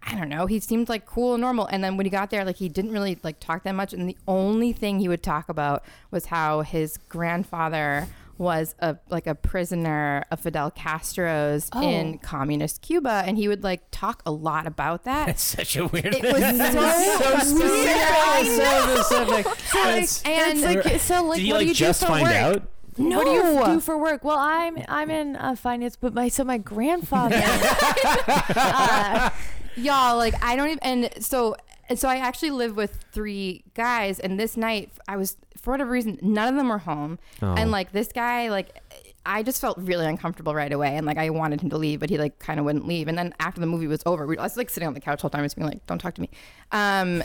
[SPEAKER 1] I don't know, he seemed like cool and normal, and then when he got there, like he didn't really like talk that much, and the only thing he would talk about was how his grandfather was a like a prisoner of Fidel Castro's in communist Cuba, and he would like talk a lot about that.
[SPEAKER 8] Such a weird.
[SPEAKER 1] It was so, weird. And
[SPEAKER 6] It's like, so like,
[SPEAKER 2] Did he
[SPEAKER 6] what
[SPEAKER 2] like
[SPEAKER 6] do you
[SPEAKER 2] just
[SPEAKER 6] do for
[SPEAKER 2] find
[SPEAKER 6] work?
[SPEAKER 2] out?
[SPEAKER 1] no,
[SPEAKER 6] What do you do for work? Well, I'm I'm in uh, finance, but my so my grandfather. uh,
[SPEAKER 1] y'all like i don't even and so and so i actually live with three guys and this night i was for whatever reason none of them were home
[SPEAKER 2] Oh.
[SPEAKER 1] and like this guy like i just felt really uncomfortable right away and like i wanted him to leave but he like kind of wouldn't leave and then after the movie was over we, i was like sitting on the couch all the time just being like don't talk to me um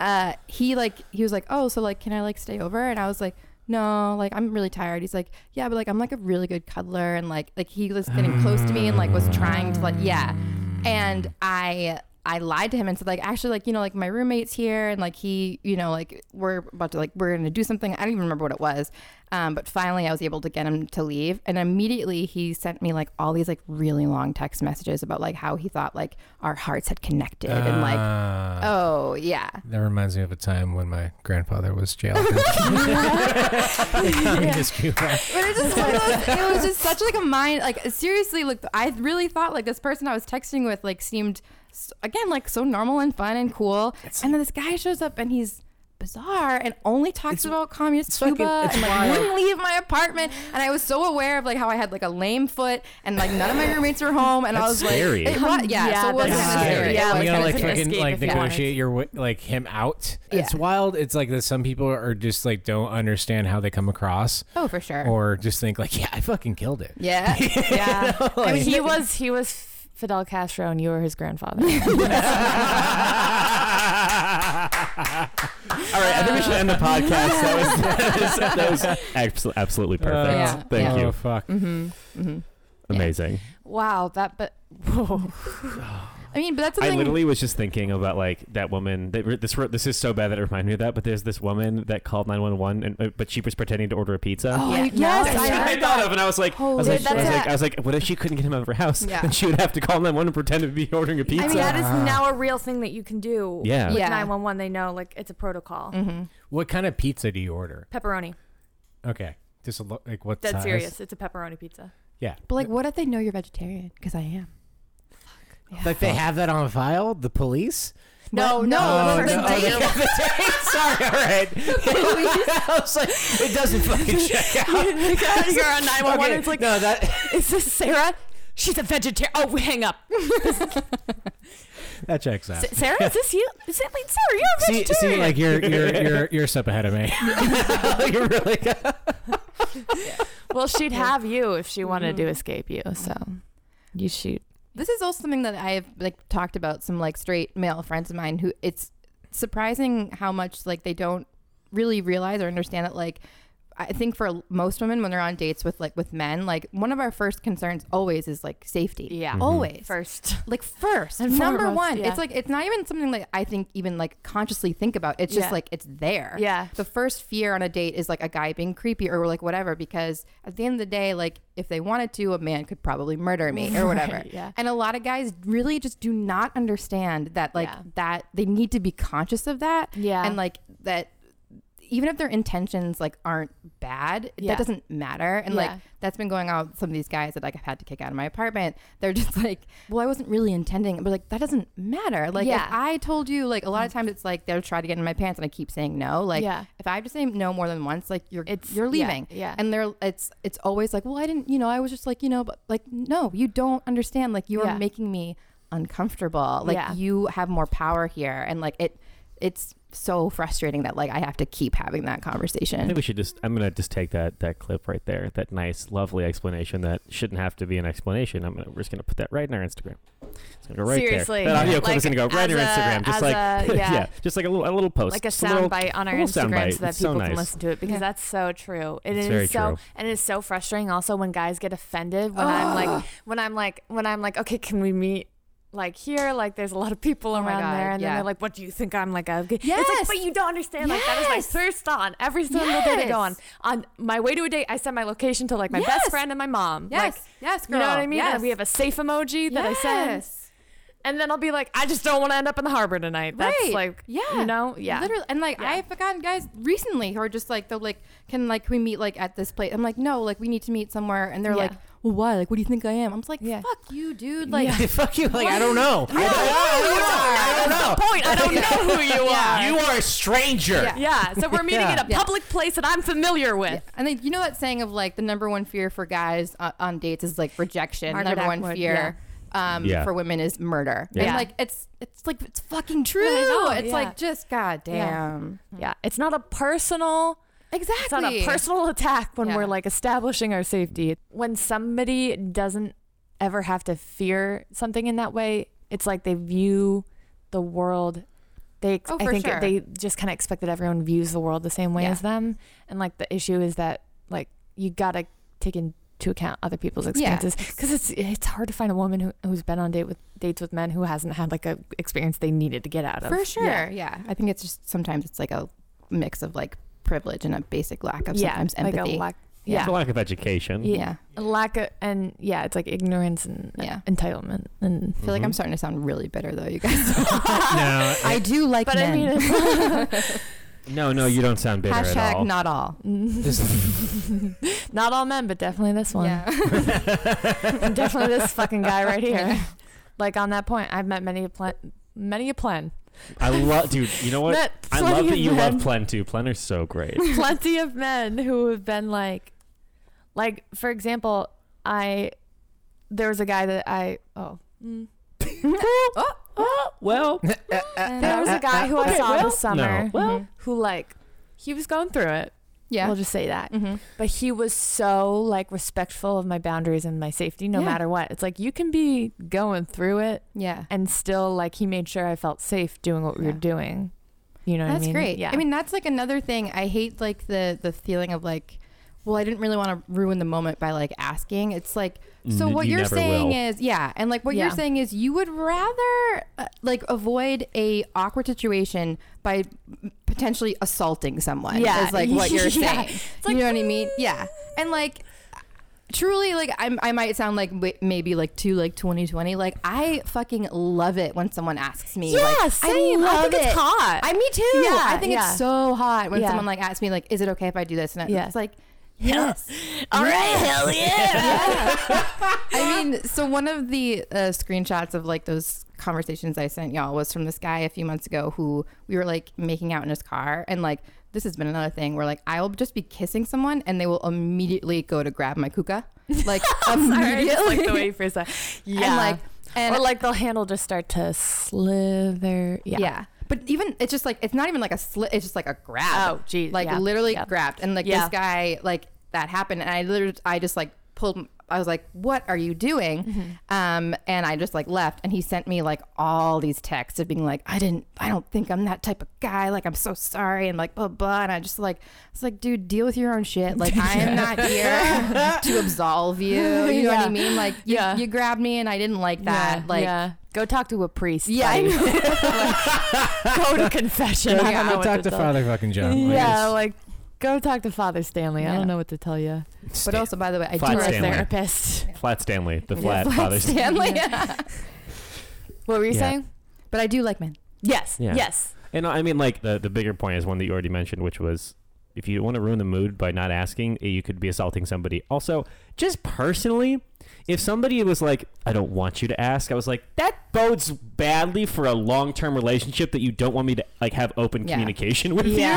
[SPEAKER 1] uh he like he was like oh so like can i like stay over and i was like no like i'm really tired he's like yeah but like i'm like a really good cuddler and like like he was getting close to me and like was trying to like yeah and i i lied to him and said like actually like you know like my roommate's here and like he you know like we're about to like we're gonna do something i don't even remember what it was um, but finally i was able to get him to leave and immediately he sent me like all these like really long text messages about like how he thought like our hearts had connected and like
[SPEAKER 4] Ah,
[SPEAKER 1] oh yeah
[SPEAKER 4] that reminds me of a time when my grandfather was jailed. in communist Cuba.
[SPEAKER 1] But it just one of those- it was just such like a mind like seriously like I really thought like this person I was texting with like seemed s- again like so normal and fun and cool, and then this guy shows up and he's bizarre and only talks about communist Cuba and like wouldn't leave my apartment and I was so aware of like how I had like a lame foot and like none of my roommates were home and I was
[SPEAKER 2] That's scary.
[SPEAKER 1] like it was, yeah,
[SPEAKER 6] Yeah,
[SPEAKER 1] so it was
[SPEAKER 6] that's
[SPEAKER 1] kind of
[SPEAKER 6] scary.
[SPEAKER 1] scary
[SPEAKER 6] Yeah,
[SPEAKER 1] It was
[SPEAKER 6] like
[SPEAKER 9] you gotta
[SPEAKER 1] kinda
[SPEAKER 9] like
[SPEAKER 1] scary.
[SPEAKER 9] fucking
[SPEAKER 6] escape
[SPEAKER 9] like
[SPEAKER 6] if you
[SPEAKER 9] negotiate your way, like him out. It's
[SPEAKER 1] Yeah.
[SPEAKER 9] wild. It's like that. Some people are just like don't understand how they come across,
[SPEAKER 1] oh for sure
[SPEAKER 9] or just think like, yeah, I fucking killed it.
[SPEAKER 1] yeah
[SPEAKER 6] yeah, I mean, he was he was Fidel Castro, and you were his grandfather.
[SPEAKER 2] All right, I think we should end the podcast. That was that was, that was abso- absolutely perfect.
[SPEAKER 1] Yeah.
[SPEAKER 2] Thank
[SPEAKER 1] Yeah.
[SPEAKER 9] Oh
[SPEAKER 2] you.
[SPEAKER 9] fuck.
[SPEAKER 1] mm-hmm, mm-hmm.
[SPEAKER 2] Amazing.
[SPEAKER 6] wow, that but whoa.
[SPEAKER 1] I mean but that's
[SPEAKER 2] I
[SPEAKER 1] something
[SPEAKER 2] literally was just thinking about like that woman. That re- this re- this is so bad that it reminded me of that. But there's this woman that called 911, and uh, but she was pretending to order a pizza.
[SPEAKER 6] Oh,
[SPEAKER 1] Yeah.
[SPEAKER 6] yes,
[SPEAKER 1] Yes,
[SPEAKER 2] That's what
[SPEAKER 6] I
[SPEAKER 2] I
[SPEAKER 6] heard
[SPEAKER 2] thought
[SPEAKER 6] that.
[SPEAKER 2] of, and I was like, I was
[SPEAKER 6] Dude,
[SPEAKER 2] like, I was
[SPEAKER 6] that's
[SPEAKER 2] like,
[SPEAKER 6] a-
[SPEAKER 2] I was like, what if she couldn't get him out of her house?
[SPEAKER 1] Yeah.
[SPEAKER 2] Then she would have to call 911 and pretend to be ordering a pizza.
[SPEAKER 3] I mean, that
[SPEAKER 6] Uh-huh.
[SPEAKER 3] is now a real thing that you can do.
[SPEAKER 2] Uh-huh. Yeah.
[SPEAKER 3] With
[SPEAKER 1] Yeah.
[SPEAKER 3] 911, they know like it's a protocol.
[SPEAKER 9] What kind of pizza do you order?
[SPEAKER 3] Pepperoni.
[SPEAKER 9] Okay, just a lo- like what?
[SPEAKER 3] Dead
[SPEAKER 9] size?
[SPEAKER 3] serious. It's a pepperoni pizza.
[SPEAKER 9] Yeah.
[SPEAKER 1] But like, what if they know you're vegetarian? Because I am.
[SPEAKER 9] Like they have that on file. The police.
[SPEAKER 1] No, no,
[SPEAKER 9] Oh,
[SPEAKER 1] no,
[SPEAKER 9] no,
[SPEAKER 1] no,
[SPEAKER 9] okay.
[SPEAKER 1] no.
[SPEAKER 9] Sorry. All right. I was like, it doesn't fucking check out.
[SPEAKER 6] You're on nine one one.
[SPEAKER 9] Okay,
[SPEAKER 6] It's like,
[SPEAKER 9] no, that
[SPEAKER 6] is this Sarah? She's a vegetarian. Oh, hang up.
[SPEAKER 9] that checks out.
[SPEAKER 6] S- Sarah, is this you? Is it like Sarah? You're a
[SPEAKER 9] See,
[SPEAKER 6] vegetarian.
[SPEAKER 9] see, like you're you're you're you're a step ahead of me. you're really good.
[SPEAKER 6] well, she'd have you if she wanted to escape you. So you shoot.
[SPEAKER 1] This is also something that I've like talked about some like straight male friends of mine who it's surprising how much like they don't really realize or understand that like I think for most women when they're on dates with like with men, like one of our first concerns always is like safety.
[SPEAKER 6] Yeah.
[SPEAKER 2] Mm-hmm.
[SPEAKER 1] Always.
[SPEAKER 6] First.
[SPEAKER 1] Like first.
[SPEAKER 6] And
[SPEAKER 1] number
[SPEAKER 6] foremost,
[SPEAKER 1] one.
[SPEAKER 6] yeah.
[SPEAKER 1] It's like it's not even something like I think even like consciously think about. It's just
[SPEAKER 6] Yeah.
[SPEAKER 1] like it's there.
[SPEAKER 6] Yeah.
[SPEAKER 1] the first fear on a date is like a guy being creepy or like whatever because at the end of the day like if they wanted to a man could probably murder me or whatever
[SPEAKER 6] Right, yeah.
[SPEAKER 1] and a lot of guys really just do not understand that like
[SPEAKER 6] Yeah.
[SPEAKER 1] that they need to be conscious of that
[SPEAKER 6] Yeah.
[SPEAKER 1] and like that even if their intentions like aren't bad
[SPEAKER 6] Yeah.
[SPEAKER 1] that doesn't matter and like
[SPEAKER 6] Yeah.
[SPEAKER 1] that's been going on with some of these guys that like i've had to kick out of my apartment they're just like well i wasn't really intending but like that doesn't matter like
[SPEAKER 6] Yeah.
[SPEAKER 1] if i told you like a lot of times it's like they'll try to get in my pants and i keep saying no like
[SPEAKER 6] Yeah.
[SPEAKER 1] if I have to say no more than once, like you're
[SPEAKER 6] It's-
[SPEAKER 1] you're
[SPEAKER 6] yeah,
[SPEAKER 1] leaving.
[SPEAKER 6] yeah.
[SPEAKER 1] And they're it's it's always like, well, I didn't, you know, I was just like, you know, but like no, you don't understand. Like you
[SPEAKER 6] Yeah.
[SPEAKER 1] are making me uncomfortable. Like
[SPEAKER 6] Yeah.
[SPEAKER 1] you have more power here, and like it. it's so frustrating that like I have to keep having that
[SPEAKER 2] I think
[SPEAKER 1] conversation.
[SPEAKER 2] we should just. I'm gonna just take that that clip right there. That nice, lovely explanation that shouldn't have to be an explanation. I'm gonna, we're just gonna put that right in our Instagram. It's gonna go right
[SPEAKER 6] Seriously.
[SPEAKER 2] there. That audio
[SPEAKER 6] Yeah.
[SPEAKER 2] clip is gonna
[SPEAKER 6] Like,
[SPEAKER 2] go right in our
[SPEAKER 6] as a-
[SPEAKER 2] Instagram. Just
[SPEAKER 6] as
[SPEAKER 2] like
[SPEAKER 6] a-
[SPEAKER 2] yeah.
[SPEAKER 6] yeah.
[SPEAKER 2] just like a little a little post,
[SPEAKER 6] like a
[SPEAKER 2] Just little-
[SPEAKER 6] sound bite on our
[SPEAKER 2] little sound
[SPEAKER 6] Instagram
[SPEAKER 2] bite.
[SPEAKER 6] so that
[SPEAKER 2] It's so
[SPEAKER 6] people can
[SPEAKER 2] nice.
[SPEAKER 6] listen to it because that's so true. It
[SPEAKER 2] It's
[SPEAKER 6] is
[SPEAKER 2] very
[SPEAKER 6] so
[SPEAKER 2] true.
[SPEAKER 6] and it's so frustrating also when guys get offended when I'm like when I'm like when I'm like, okay, can we meet like here, like there's a lot of people
[SPEAKER 1] Oh my
[SPEAKER 6] around
[SPEAKER 1] God,
[SPEAKER 6] there, and
[SPEAKER 1] yeah.
[SPEAKER 6] then they're like, "What do you think I'm like?" A...
[SPEAKER 1] Yes.
[SPEAKER 6] It's like, but you don't understand. Like that is my
[SPEAKER 1] Yes.
[SPEAKER 6] first on every single day to go on.
[SPEAKER 1] Yes.
[SPEAKER 6] On my way to a date, I send my location to like my
[SPEAKER 1] Yes.
[SPEAKER 6] best friend and my mom.
[SPEAKER 1] Yes.
[SPEAKER 6] like,
[SPEAKER 1] Yes,
[SPEAKER 6] You know what
[SPEAKER 1] girl.
[SPEAKER 6] I mean?
[SPEAKER 1] Yes.
[SPEAKER 6] And we have a safe emoji that I send. And then I'll be like, I just don't want to end up in the harbor tonight. That's
[SPEAKER 1] right.
[SPEAKER 6] like,
[SPEAKER 1] yeah,
[SPEAKER 6] you know, yeah.
[SPEAKER 1] literally. And like
[SPEAKER 6] Yeah.
[SPEAKER 1] I've gotten guys recently who are just like, they're like, can like can we meet like at this place? I'm like, no, like we need to meet somewhere, and they're
[SPEAKER 6] Yeah.
[SPEAKER 1] like, well, why? Like, what do you think I am? I'm just like,
[SPEAKER 6] Yeah.
[SPEAKER 1] fuck you, dude. Like,
[SPEAKER 9] Fuck you. Like, I don't know. I don't know. I don't know.
[SPEAKER 6] point. I don't know who you are.
[SPEAKER 9] You are a stranger.
[SPEAKER 6] Yeah. So we're meeting at a
[SPEAKER 1] Yeah.
[SPEAKER 6] public place that I'm familiar with.
[SPEAKER 1] and then you know that saying of like the number one fear for guys on, on dates is like rejection.
[SPEAKER 6] Margaret
[SPEAKER 1] number one
[SPEAKER 6] Atwood,
[SPEAKER 1] fear. Um,
[SPEAKER 2] Yeah.
[SPEAKER 1] for women is murder.
[SPEAKER 2] Yeah.
[SPEAKER 1] And
[SPEAKER 6] Yeah.
[SPEAKER 1] like it's it's like it's fucking true.
[SPEAKER 6] know,
[SPEAKER 1] it's
[SPEAKER 6] yeah.
[SPEAKER 1] like just goddamn.
[SPEAKER 6] Yeah. It's not a personal.
[SPEAKER 1] Mm-hmm. Exactly.
[SPEAKER 6] It's not a personal attack when
[SPEAKER 1] Yeah.
[SPEAKER 6] we're like establishing our safety. When somebody doesn't ever have to fear something in that way, it's like they view the world. They, ex-
[SPEAKER 1] Oh,
[SPEAKER 6] I
[SPEAKER 1] for
[SPEAKER 6] think
[SPEAKER 1] sure.
[SPEAKER 6] they just kind of expect that everyone views the world the same way
[SPEAKER 1] Yeah.
[SPEAKER 6] as them. And like the issue is that like you gotta take into account other people's
[SPEAKER 1] Yeah.
[SPEAKER 6] experiences because it's it's hard to find a woman who, who's been on date with dates with men who hasn't had like a experience they needed to get out of.
[SPEAKER 1] For sure.
[SPEAKER 6] Yeah.
[SPEAKER 1] Yeah. I think it's just sometimes it's like a mix of like privilege and a basic lack of
[SPEAKER 6] Yeah,
[SPEAKER 1] sometimes
[SPEAKER 6] like a
[SPEAKER 1] empathy.
[SPEAKER 6] lack-
[SPEAKER 1] Yeah.
[SPEAKER 2] It's a lack of education.
[SPEAKER 1] yeah.
[SPEAKER 6] A lack of and yeah it's like ignorance and
[SPEAKER 1] Yeah.
[SPEAKER 6] entitlement and
[SPEAKER 1] I feel
[SPEAKER 2] Mm-hmm.
[SPEAKER 1] like I'm starting to sound really bitter though, you guys.
[SPEAKER 2] No,
[SPEAKER 1] I do like
[SPEAKER 6] but
[SPEAKER 1] men.
[SPEAKER 6] i mean it's,
[SPEAKER 2] no, no. You don't sound bitter at all.
[SPEAKER 1] Hashtag not all.
[SPEAKER 6] not all men but definitely this one
[SPEAKER 1] Yeah.
[SPEAKER 6] definitely this fucking guy right here like on that point i've met many a plan many a plan
[SPEAKER 2] I love, dude. You know what?
[SPEAKER 6] Met
[SPEAKER 2] I love
[SPEAKER 6] plenty
[SPEAKER 2] that
[SPEAKER 6] of
[SPEAKER 2] you love
[SPEAKER 6] men.
[SPEAKER 2] Plen too. Plen are so great.
[SPEAKER 6] plenty of men who have been like like for example i there was a guy that i oh mm.
[SPEAKER 2] Oh, well,
[SPEAKER 6] there
[SPEAKER 1] Uh,
[SPEAKER 6] was a guy who i saw this summer
[SPEAKER 2] no.
[SPEAKER 1] Well-
[SPEAKER 6] who like he was going through it
[SPEAKER 1] Yeah.
[SPEAKER 6] we'll just say that
[SPEAKER 1] Mhm.
[SPEAKER 6] but he was so like respectful of my boundaries and my safety no
[SPEAKER 1] Yeah.
[SPEAKER 6] matter what it's like you can be going through it
[SPEAKER 1] Yeah.
[SPEAKER 6] and still like he made sure i felt safe doing what we
[SPEAKER 1] Yeah.
[SPEAKER 6] were doing you know what
[SPEAKER 1] That's
[SPEAKER 6] I mean?
[SPEAKER 1] great.
[SPEAKER 6] yeah
[SPEAKER 1] I mean, that's like another thing. I hate like the the feeling of like, well, I didn't really want to ruin the moment by like asking. It's like, so
[SPEAKER 6] Mm,
[SPEAKER 2] N-
[SPEAKER 1] what
[SPEAKER 2] you
[SPEAKER 1] are
[SPEAKER 2] never
[SPEAKER 1] saying
[SPEAKER 2] will.
[SPEAKER 1] is, yeah, and like what you're
[SPEAKER 6] Yeah.
[SPEAKER 1] saying is, you would rather uh, like avoid a awkward situation by potentially assaulting someone.
[SPEAKER 6] Yeah.
[SPEAKER 1] is like what you're
[SPEAKER 6] Yeah.
[SPEAKER 1] saying.
[SPEAKER 6] It's
[SPEAKER 1] you
[SPEAKER 6] like, "Mm."
[SPEAKER 1] know what I mean? Yeah, and like. Truly, like I'm, I might sound like w- maybe like too like 2020. Like I fucking love it when someone asks me. like,
[SPEAKER 6] Yeah,
[SPEAKER 1] I
[SPEAKER 6] same. I
[SPEAKER 1] love
[SPEAKER 6] think
[SPEAKER 1] it.
[SPEAKER 6] it's hot.
[SPEAKER 1] I me too.
[SPEAKER 6] Yeah,
[SPEAKER 1] I think
[SPEAKER 6] yeah.
[SPEAKER 1] it's so hot when
[SPEAKER 6] Yeah.
[SPEAKER 1] someone like asks me like, "Is it okay if I do this?" And I,
[SPEAKER 6] Yeah.
[SPEAKER 1] it's like, yes.
[SPEAKER 6] all right hell yeah
[SPEAKER 1] I mean, so one of the uh, screenshots of like those conversations I sent y'all was from this guy a few months ago who we were like making out in his car and like. This has been another thing where like I will just be kissing someone and they will immediately go to grab my kuka, like
[SPEAKER 6] Sorry, just
[SPEAKER 1] immediately.
[SPEAKER 6] like the way for a sec. Yeah.
[SPEAKER 1] And like, and
[SPEAKER 6] or like the handle just start to slither. Yeah.
[SPEAKER 1] Yeah. But even it's just like it's not even like a slit. It's just like a grab.
[SPEAKER 6] Oh, geez,
[SPEAKER 1] Like
[SPEAKER 6] yeah,
[SPEAKER 1] literally
[SPEAKER 6] yeah.
[SPEAKER 1] grabbed, and like
[SPEAKER 6] Yeah.
[SPEAKER 1] this guy, like that happened, and I literally, I just like pulled. I was like, "What are you doing?" Um, and I just like left, and he sent me like all these texts of being like, "I didn't, I don't think I'm that type of guy. Like, I'm so sorry," and like blah blah. And I just like, it's like, dude, deal with your own shit. Like, I am not here to absolve you. You know what I
[SPEAKER 6] Yeah.
[SPEAKER 1] mean? Like, you,
[SPEAKER 6] Yeah.
[SPEAKER 1] you grabbed me, and I didn't like that. Like,
[SPEAKER 6] yeah. go talk to a priest.
[SPEAKER 1] yeah, I
[SPEAKER 6] buddy.
[SPEAKER 1] know.
[SPEAKER 6] go to confession. I don't know
[SPEAKER 4] Go
[SPEAKER 6] what
[SPEAKER 4] talk to
[SPEAKER 6] tell-
[SPEAKER 4] Father fucking John. Like,
[SPEAKER 6] Yeah,
[SPEAKER 4] it's-
[SPEAKER 6] like go talk to Father Stanley. I
[SPEAKER 1] Yeah.
[SPEAKER 6] don't know what to tell you.
[SPEAKER 1] But also, by the way, I
[SPEAKER 2] Flat
[SPEAKER 1] do
[SPEAKER 6] Or a
[SPEAKER 2] Stanley.
[SPEAKER 6] therapist.
[SPEAKER 2] Flat Stanley, the flat
[SPEAKER 1] Flat
[SPEAKER 2] father.
[SPEAKER 1] Stanley.
[SPEAKER 6] What were you
[SPEAKER 2] Yeah.
[SPEAKER 6] saying?
[SPEAKER 1] but I do like men.
[SPEAKER 6] Yes.
[SPEAKER 2] Yeah.
[SPEAKER 6] Yes.
[SPEAKER 2] And I mean, like the the bigger point is one that you already mentioned, which was eh, if you want to ruin the mood by not asking, you could be assaulting somebody. Also, just personally, If somebody was like, "I don't want you to ask," I was like, "That bodes badly for a long-term relationship that you don't want me to like have open
[SPEAKER 1] Yeah.
[SPEAKER 2] communication with you."
[SPEAKER 1] Yeah.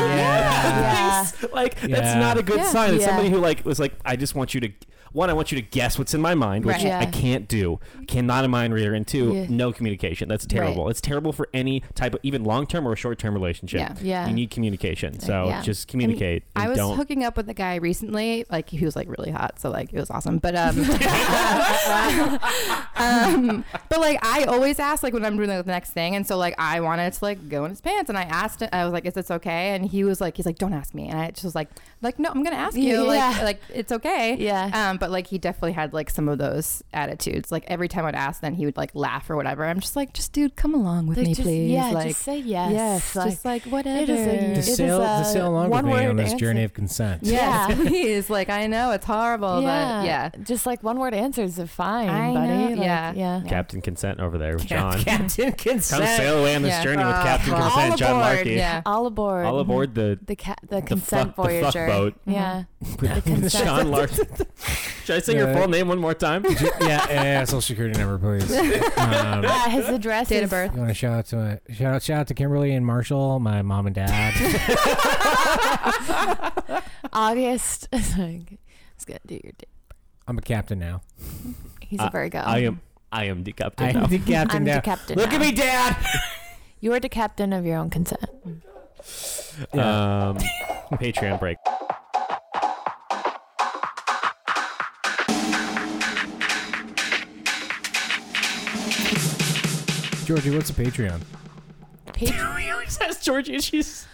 [SPEAKER 1] Yeah.
[SPEAKER 2] Thanks. Like that's
[SPEAKER 4] Yeah.
[SPEAKER 2] not a good
[SPEAKER 1] Yeah.
[SPEAKER 2] sign. It's
[SPEAKER 6] Yeah.
[SPEAKER 2] somebody who like was like, "I just want you to." One, I want you to guess what's in my mind, which
[SPEAKER 1] Right.
[SPEAKER 6] Yeah.
[SPEAKER 2] I can't do. Cannot a mind reader. And two,
[SPEAKER 6] Yeah.
[SPEAKER 2] no communication. That's terrible. It's terrible for any type of even long term or short term relationship.
[SPEAKER 1] Yeah.
[SPEAKER 6] Yeah.
[SPEAKER 2] You need communication. So
[SPEAKER 1] Yeah.
[SPEAKER 2] just communicate. And,
[SPEAKER 1] I was
[SPEAKER 2] don't
[SPEAKER 1] hooking up with a guy recently. Like he was like really hot, so like it was awesome. But um, um, but like I always ask like when I'm doing like, the next thing, and so like I wanted to like go in his pants, and I asked, him, I was like, "Is this okay?" And he was like, "He's like, don't ask me," and I just was like, "Like no, I'm gonna ask you. Like
[SPEAKER 6] Yeah.
[SPEAKER 1] like it's okay."
[SPEAKER 6] Yeah.
[SPEAKER 1] Um, but like he definitely had like some of those attitudes. Like every time I'd ask, then he would like laugh or whatever. I'm just like, just dude, come along with
[SPEAKER 6] Like,
[SPEAKER 1] me,
[SPEAKER 6] just-
[SPEAKER 1] please.
[SPEAKER 6] Yeah,
[SPEAKER 1] like
[SPEAKER 6] just say yes.
[SPEAKER 1] yes,
[SPEAKER 6] like,
[SPEAKER 1] just like whatever.
[SPEAKER 6] a-
[SPEAKER 4] To
[SPEAKER 6] It is
[SPEAKER 4] sail, to
[SPEAKER 6] a
[SPEAKER 4] sail along with me
[SPEAKER 6] one-word
[SPEAKER 4] on this
[SPEAKER 6] answer.
[SPEAKER 4] journey of consent.
[SPEAKER 1] Yes,
[SPEAKER 6] Yeah.
[SPEAKER 1] please. Like I know it's horrible, but yeah.
[SPEAKER 6] Just like one word answers are fine,
[SPEAKER 1] I
[SPEAKER 6] buddy.
[SPEAKER 1] know,
[SPEAKER 6] Like,
[SPEAKER 1] yeah.
[SPEAKER 6] Yeah.
[SPEAKER 2] Captain Consent over there with John.
[SPEAKER 9] Captain
[SPEAKER 2] Come
[SPEAKER 9] Consent.
[SPEAKER 2] sail away on this
[SPEAKER 1] Yeah.
[SPEAKER 2] journey with Captain
[SPEAKER 1] all
[SPEAKER 2] Consent, John
[SPEAKER 1] aboard,
[SPEAKER 2] Larkey.
[SPEAKER 1] Yeah.
[SPEAKER 6] All aboard.
[SPEAKER 2] All aboard the,
[SPEAKER 6] The ca- the
[SPEAKER 2] the
[SPEAKER 6] consent
[SPEAKER 2] fuck, the fuck
[SPEAKER 6] voyager.
[SPEAKER 2] boat.
[SPEAKER 6] Yeah. The consent.
[SPEAKER 2] Sean Larkey. Should I say your
[SPEAKER 4] Yeah.
[SPEAKER 2] full name one more time?
[SPEAKER 4] yeah, yeah, social security number, please. Um,
[SPEAKER 6] Yeah, his address
[SPEAKER 1] Date
[SPEAKER 6] is
[SPEAKER 1] of birth.
[SPEAKER 4] you want to shout out to uh, shout out shout out to Kimberly and Marshall, my mom and dad.
[SPEAKER 6] August. He's gonna do your date.
[SPEAKER 4] I'm a captain now.
[SPEAKER 6] He's
[SPEAKER 2] Uh,
[SPEAKER 6] a Virgo.
[SPEAKER 2] I am I am the captain
[SPEAKER 4] I'm
[SPEAKER 2] now.
[SPEAKER 4] the captain
[SPEAKER 6] I'm
[SPEAKER 4] now.
[SPEAKER 6] Um, the captain.
[SPEAKER 9] Look at
[SPEAKER 6] now.
[SPEAKER 9] me, Dad.
[SPEAKER 6] You are the captain of your own consent.
[SPEAKER 4] Uh,
[SPEAKER 2] um, Patreon break.
[SPEAKER 4] Georgie, what's a Patreon?
[SPEAKER 2] he always has Georgie issues.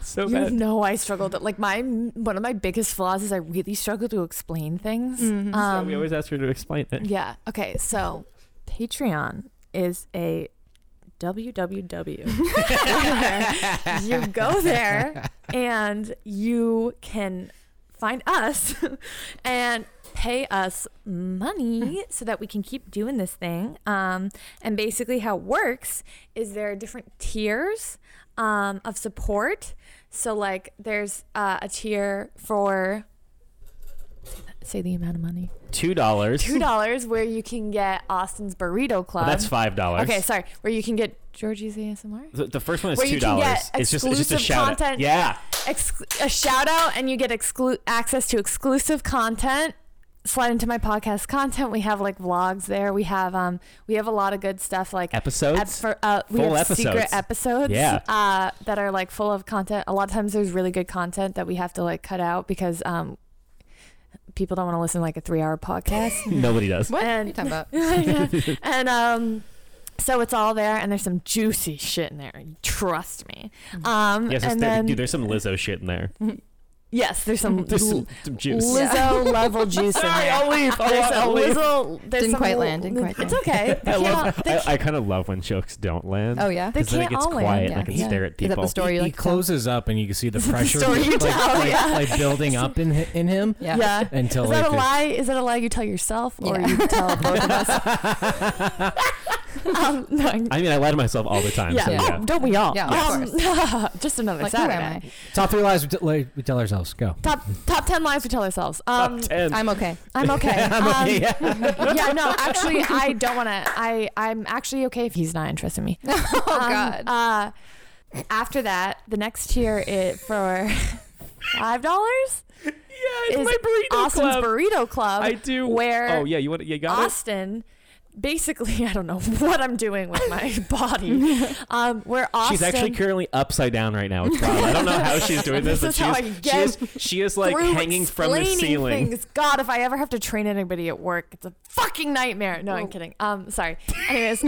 [SPEAKER 2] So
[SPEAKER 6] You
[SPEAKER 2] bad.
[SPEAKER 6] know, I struggled. Like my one of my biggest flaws is I really struggle to explain things.
[SPEAKER 2] So we always ask her to explain it.
[SPEAKER 6] Yeah. Okay. So Patreon is a www. where you go there and you can find us and pay us money so that we can keep doing this thing. Um, and basically, how it works is there are different tiers um, of support. So, like, there's uh, a tier for say the amount of money
[SPEAKER 2] Two dollars.
[SPEAKER 6] two dollars where you can get Austin's Burrito Club.
[SPEAKER 2] That's five dollars.
[SPEAKER 6] Okay, sorry, where you can get Georgie's ASMR.
[SPEAKER 2] The, the first one is
[SPEAKER 6] Where
[SPEAKER 2] two
[SPEAKER 6] you can
[SPEAKER 2] dollars.
[SPEAKER 6] get
[SPEAKER 2] It's just it's just a
[SPEAKER 6] exclusive
[SPEAKER 2] shout out.
[SPEAKER 6] content.
[SPEAKER 2] Yeah.
[SPEAKER 6] Ex- a shout out, and you get exclu- access to exclusive content. Slide into my podcast content. We have like vlogs there. We have um we have a lot of good stuff like
[SPEAKER 2] Episodes?
[SPEAKER 6] ep- for, uh, we
[SPEAKER 2] Full
[SPEAKER 6] have secret
[SPEAKER 2] episodes.
[SPEAKER 6] episodes.
[SPEAKER 2] Yeah.
[SPEAKER 6] Uh, that are like full of content. A lot of times there's really good content that we have to like cut out because um people don't want to listen to like a three hour podcast.
[SPEAKER 2] Nobody does.
[SPEAKER 1] What are you
[SPEAKER 6] And-
[SPEAKER 1] talking about?
[SPEAKER 6] Yeah. and um so it's all there and there's some juicy shit in there trust me um
[SPEAKER 2] Mm-hmm. Yes, it's
[SPEAKER 6] and
[SPEAKER 2] there,
[SPEAKER 6] then
[SPEAKER 2] dude, there's some Lizzo shit in there.
[SPEAKER 6] yes there's some,
[SPEAKER 2] There's some,
[SPEAKER 6] l-
[SPEAKER 2] some juice.
[SPEAKER 6] lizzo level juice in
[SPEAKER 2] Sorry,
[SPEAKER 6] there
[SPEAKER 2] I'll leave.
[SPEAKER 6] there's
[SPEAKER 2] I'll, I'll
[SPEAKER 6] some
[SPEAKER 2] leave.
[SPEAKER 6] Lizzo, there's
[SPEAKER 1] Didn't
[SPEAKER 6] some
[SPEAKER 1] quite
[SPEAKER 6] l-
[SPEAKER 1] land, didn't quite
[SPEAKER 6] it's
[SPEAKER 1] land.
[SPEAKER 6] okay they
[SPEAKER 2] I,
[SPEAKER 6] can't,
[SPEAKER 2] love,
[SPEAKER 6] they
[SPEAKER 2] I, I kind of love when jokes don't land.
[SPEAKER 1] Oh yeah.
[SPEAKER 6] they
[SPEAKER 2] Because then it
[SPEAKER 6] can't
[SPEAKER 2] gets
[SPEAKER 6] all
[SPEAKER 2] quiet
[SPEAKER 6] land.
[SPEAKER 2] and I can
[SPEAKER 1] Yeah.
[SPEAKER 2] stare at
[SPEAKER 1] Is
[SPEAKER 2] people.
[SPEAKER 1] that the story
[SPEAKER 4] he,
[SPEAKER 1] you
[SPEAKER 4] he
[SPEAKER 1] like to tell?
[SPEAKER 4] closes up, and you can see the pressure
[SPEAKER 6] story you
[SPEAKER 4] like,
[SPEAKER 6] tell,
[SPEAKER 4] like,
[SPEAKER 6] yeah.
[SPEAKER 4] like building up in hi- in him
[SPEAKER 1] Yeah.
[SPEAKER 6] yeah
[SPEAKER 4] until
[SPEAKER 6] is that
[SPEAKER 4] like
[SPEAKER 6] a
[SPEAKER 4] the-
[SPEAKER 6] lie? Is that a lie you tell yourself or
[SPEAKER 1] Yeah.
[SPEAKER 6] you tell both of us? um, no, I'm-
[SPEAKER 2] I mean, I lie to myself all the time.
[SPEAKER 6] yeah.
[SPEAKER 2] So, yeah.
[SPEAKER 6] Oh, don't we all?
[SPEAKER 1] Yeah, of
[SPEAKER 6] Um, just another
[SPEAKER 1] Like, who
[SPEAKER 6] Saturday.
[SPEAKER 1] am
[SPEAKER 4] top three lies we, t- like, we tell ourselves. Go.
[SPEAKER 6] Top top ten lies we tell ourselves. Um,
[SPEAKER 2] Top 10.
[SPEAKER 1] I? I'm okay.
[SPEAKER 6] I'm okay. Um,
[SPEAKER 2] okay,
[SPEAKER 6] yeah, no, actually, I don't want to. I I'm actually okay if he's not interested in me. oh
[SPEAKER 1] Um, God.
[SPEAKER 6] Uh, after that, the next tier it for five dollars
[SPEAKER 2] yeah,
[SPEAKER 6] is Austin's Burrito Club.
[SPEAKER 2] I do.
[SPEAKER 6] Where
[SPEAKER 2] Oh, yeah. You, want, you got it?
[SPEAKER 6] Austin. Basically, I don't know what I'm doing with my body. Um, where Austin,
[SPEAKER 2] She's actually currently upside down right now. It's wild. I don't know how she's doing this,
[SPEAKER 6] This
[SPEAKER 2] but
[SPEAKER 6] is how
[SPEAKER 2] she's,
[SPEAKER 6] I
[SPEAKER 2] she is she is like
[SPEAKER 6] through
[SPEAKER 2] hanging from the
[SPEAKER 6] explaining
[SPEAKER 2] ceiling.
[SPEAKER 6] Things. God, if I ever have to train anybody at work, it's a fucking nightmare. No, I'm kidding. Um, sorry. Anyways,